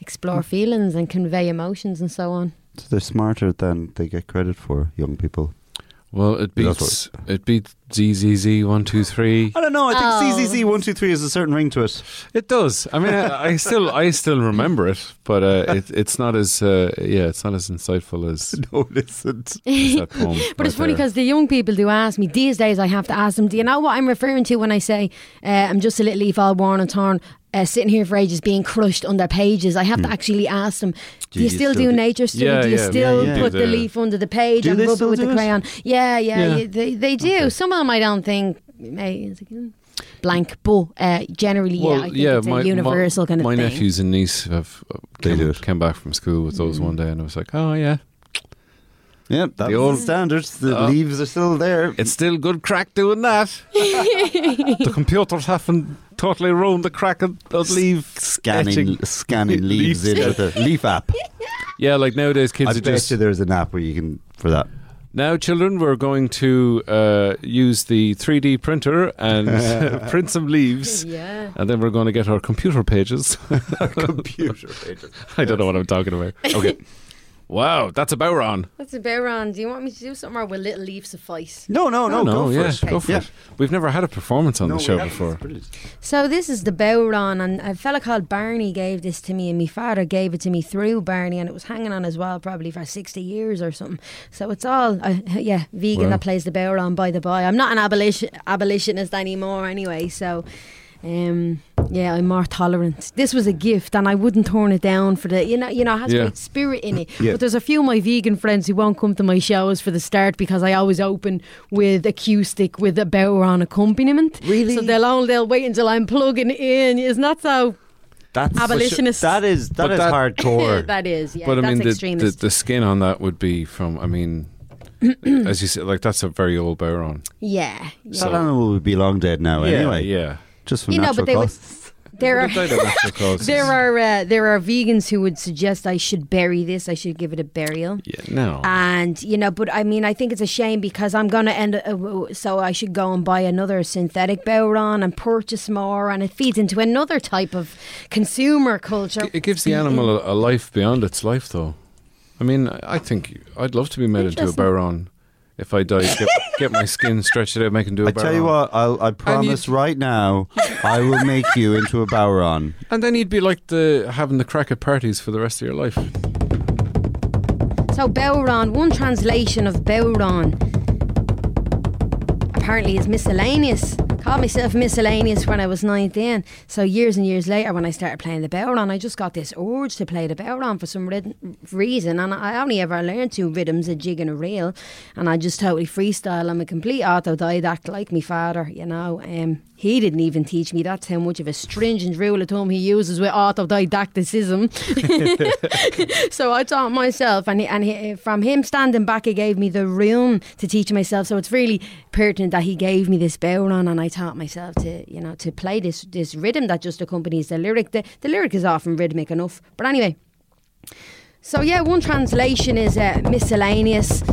Speaker 17: explore feelings and convey emotions and so on
Speaker 4: So they're smarter than they get credit for, young people.
Speaker 3: Well, it
Speaker 4: That's
Speaker 3: beats it beats ZZZ one two three.
Speaker 4: I don't know. I think
Speaker 17: Oh.
Speaker 4: CCC one two three has a certain ring to it.
Speaker 3: It does. I mean, I, I still I still remember it, but uh, it, it's not as uh, yeah, it's not as insightful as
Speaker 4: no, it isn't.
Speaker 3: that poem
Speaker 17: but it's funny
Speaker 3: right there.
Speaker 17: because the young people do ask me these days. I have to ask them, do you know what I'm referring to when I say uh, I'm just a little leaf all worn and torn, uh, sitting here for ages, being crushed under pages? I have to
Speaker 4: Hmm.
Speaker 17: actually ask them, do,
Speaker 4: Do
Speaker 17: you
Speaker 4: you
Speaker 17: still do,
Speaker 4: still do-
Speaker 17: nature study?
Speaker 4: Yeah,
Speaker 17: do you
Speaker 4: yeah, yeah,
Speaker 17: still
Speaker 4: yeah.
Speaker 17: put
Speaker 4: Do
Speaker 17: the
Speaker 4: the-
Speaker 17: leaf under the page
Speaker 4: Do
Speaker 17: and
Speaker 4: they
Speaker 17: rub it
Speaker 4: still
Speaker 17: with
Speaker 4: do
Speaker 17: the
Speaker 4: it?
Speaker 17: crayon? Yeah, yeah,
Speaker 4: Yeah.
Speaker 17: yeah, they they do. Some of them I don't think. may- it's like, mm, Blank, but uh, generally, yeah, I think it's a universal
Speaker 3: my,
Speaker 17: kind of
Speaker 3: my
Speaker 17: thing.
Speaker 3: nephews and niece have uh, came, came back from school with
Speaker 4: Mm.
Speaker 3: those one day, and I was like, oh yeah,
Speaker 4: yeah,
Speaker 3: the Uh,
Speaker 4: old standards. The leaves are still there.
Speaker 3: It's still good crack doing that. the computers haven't totally ruined the crack of those leaves
Speaker 4: Scanning,
Speaker 3: etching.
Speaker 4: scanning leaves in with a leaf app.
Speaker 3: Yeah, like nowadays kids
Speaker 4: I
Speaker 3: are
Speaker 4: bet
Speaker 3: just
Speaker 4: you there's an app where you can for that.
Speaker 3: Now, children, we're going to uh, use the 3D printer and print some leaves.
Speaker 17: Yeah.
Speaker 3: And then we're going to get our computer pages.
Speaker 4: computer pages.
Speaker 3: I don't know what I'm talking about.
Speaker 4: Okay.
Speaker 3: Wow, that's about Ron.
Speaker 17: That's a bit round. Do you want me to do something or will Little Leaf suffice?
Speaker 3: I know, yeah, Go for
Speaker 17: Yeah.
Speaker 3: it. We've never had a performance on
Speaker 4: No,
Speaker 3: the
Speaker 4: we
Speaker 3: show
Speaker 4: haven't.
Speaker 3: before.
Speaker 17: So this is the Bowron, and a fella called Barney gave this to me, and my father gave it to me through Barney, and it was hanging on his wall probably for sixty years or something. So it's all uh, yeah, vegan
Speaker 18: Wow.
Speaker 17: that plays the Bowron by the by. I'm not an abolition abolitionist anymore, anyway. So. Um, yeah, I'm more tolerant. This was a gift, and I wouldn't turn it down for the you know you know it has
Speaker 18: Yeah.
Speaker 17: great spirit in it.
Speaker 18: Yeah.
Speaker 17: But there's a few of my vegan friends who won't come to my shows for the start because I always open with acoustic with a Bowron accompaniment. Really? So they'll only they'll wait until I'm plugging in. It's not so
Speaker 4: That's
Speaker 17: abolitionist.
Speaker 4: That is that
Speaker 3: But
Speaker 4: is
Speaker 3: that-
Speaker 4: hardcore.
Speaker 17: that is yeah.
Speaker 3: but I
Speaker 17: that's
Speaker 3: mean, the, the
Speaker 17: extremist.
Speaker 3: the skin on that would be from. I mean, as you said, like that's a very old Bowron.
Speaker 17: yeah.
Speaker 4: that
Speaker 17: yeah.
Speaker 4: animal would be long dead now.
Speaker 3: Yeah,
Speaker 4: anyway,
Speaker 3: yeah.
Speaker 4: Just from
Speaker 17: You know,
Speaker 4: natural
Speaker 17: but they would.
Speaker 4: causes.
Speaker 17: There are.
Speaker 3: They don't have to cause-
Speaker 17: There are uh, there are vegans who would suggest I should bury this. I should give it a burial.
Speaker 3: Yeah, no.
Speaker 17: And you know, but I mean, I think it's a shame because I'm gonna end. Uh, w- so I should go and buy another synthetic Bowron and purchase more, and it feeds into another type of consumer culture. Mm-hmm.
Speaker 3: It gives the animal a, a life beyond its life, though. I mean, I I think you- I'd love to be made into a
Speaker 17: Interesting.
Speaker 3: Bowron. If I die, get, get my skin stretched out, make him do a
Speaker 4: I tell you what,
Speaker 3: Bowron.
Speaker 4: I'll, I promise right now, I will make you into a Bowron.
Speaker 3: And then you'd be like the having the crack at parties for the rest of your life.
Speaker 17: So Bowron, Oh, one translation of Bowron apparently is miscellaneous. Called myself miscellaneous when I was 19. So years and years later, when I started playing the Bowron, I just got this urge to play the Bowron for some rid- reason. And I only ever learned two rhythms, a jig and a reel. And I just totally freestyle. I'm a complete autodidact like my father, you know. Um, he didn't even teach me. That's how much of a stringent rule of thumb he uses with autodidacticism. so I taught myself, and he, and he, from him standing back, he gave me the room to teach myself. So it's really pertinent that he gave me this Bowron, and I taught myself to you know to play this this rhythm that just accompanies the lyric. The, the lyric is often rhythmic enough, but anyway. So yeah, one translation is uh, miscellaneous.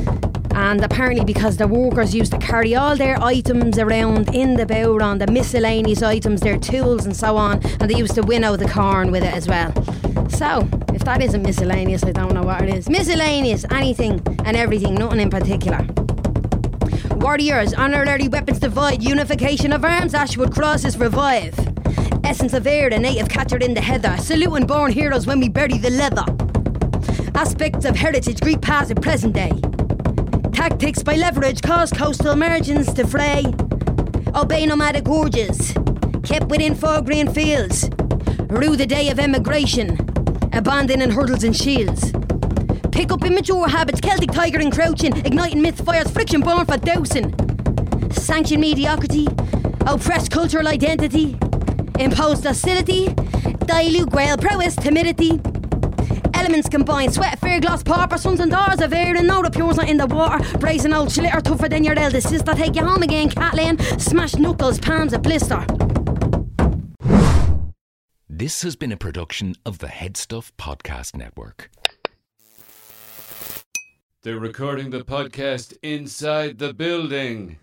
Speaker 17: And apparently, because the workers used to carry all their items around in the Bowron, the miscellaneous items, their tools, and so on, and they used to winnow the corn with it as well. So, if that isn't miscellaneous, I don't know what it is. Miscellaneous, anything and everything, nothing in particular. Warriors, honorary weapons divide, unification of arms, Ashwood crosses revive. Essence of air, the native captured in the heather, saluting born heroes when we bury the leather. Aspects of heritage, Greek past and present day. Tactics by leverage cause coastal margins to fray. Obey nomadic gorges, kept within four green fields. Rue the day of emigration, abandoning hurdles and shields. Pick up immature habits, Celtic tiger encroaching, igniting myth fires, friction born for dousing. Sanction mediocrity, oppressed cultural identity, imposed hostility, dilute grail prowess, timidity. Elements combined, sweat, fear, gloss, pauper, sons and daughters of air, and know the pure's not in the water. Brazen old schlitter, tougher than your eldest sister. Take you home again, Catlin. Smash knuckles, palms a blister.
Speaker 19: This has been a production of the Head Stuff Podcast Network.
Speaker 3: They're recording the podcast inside the building.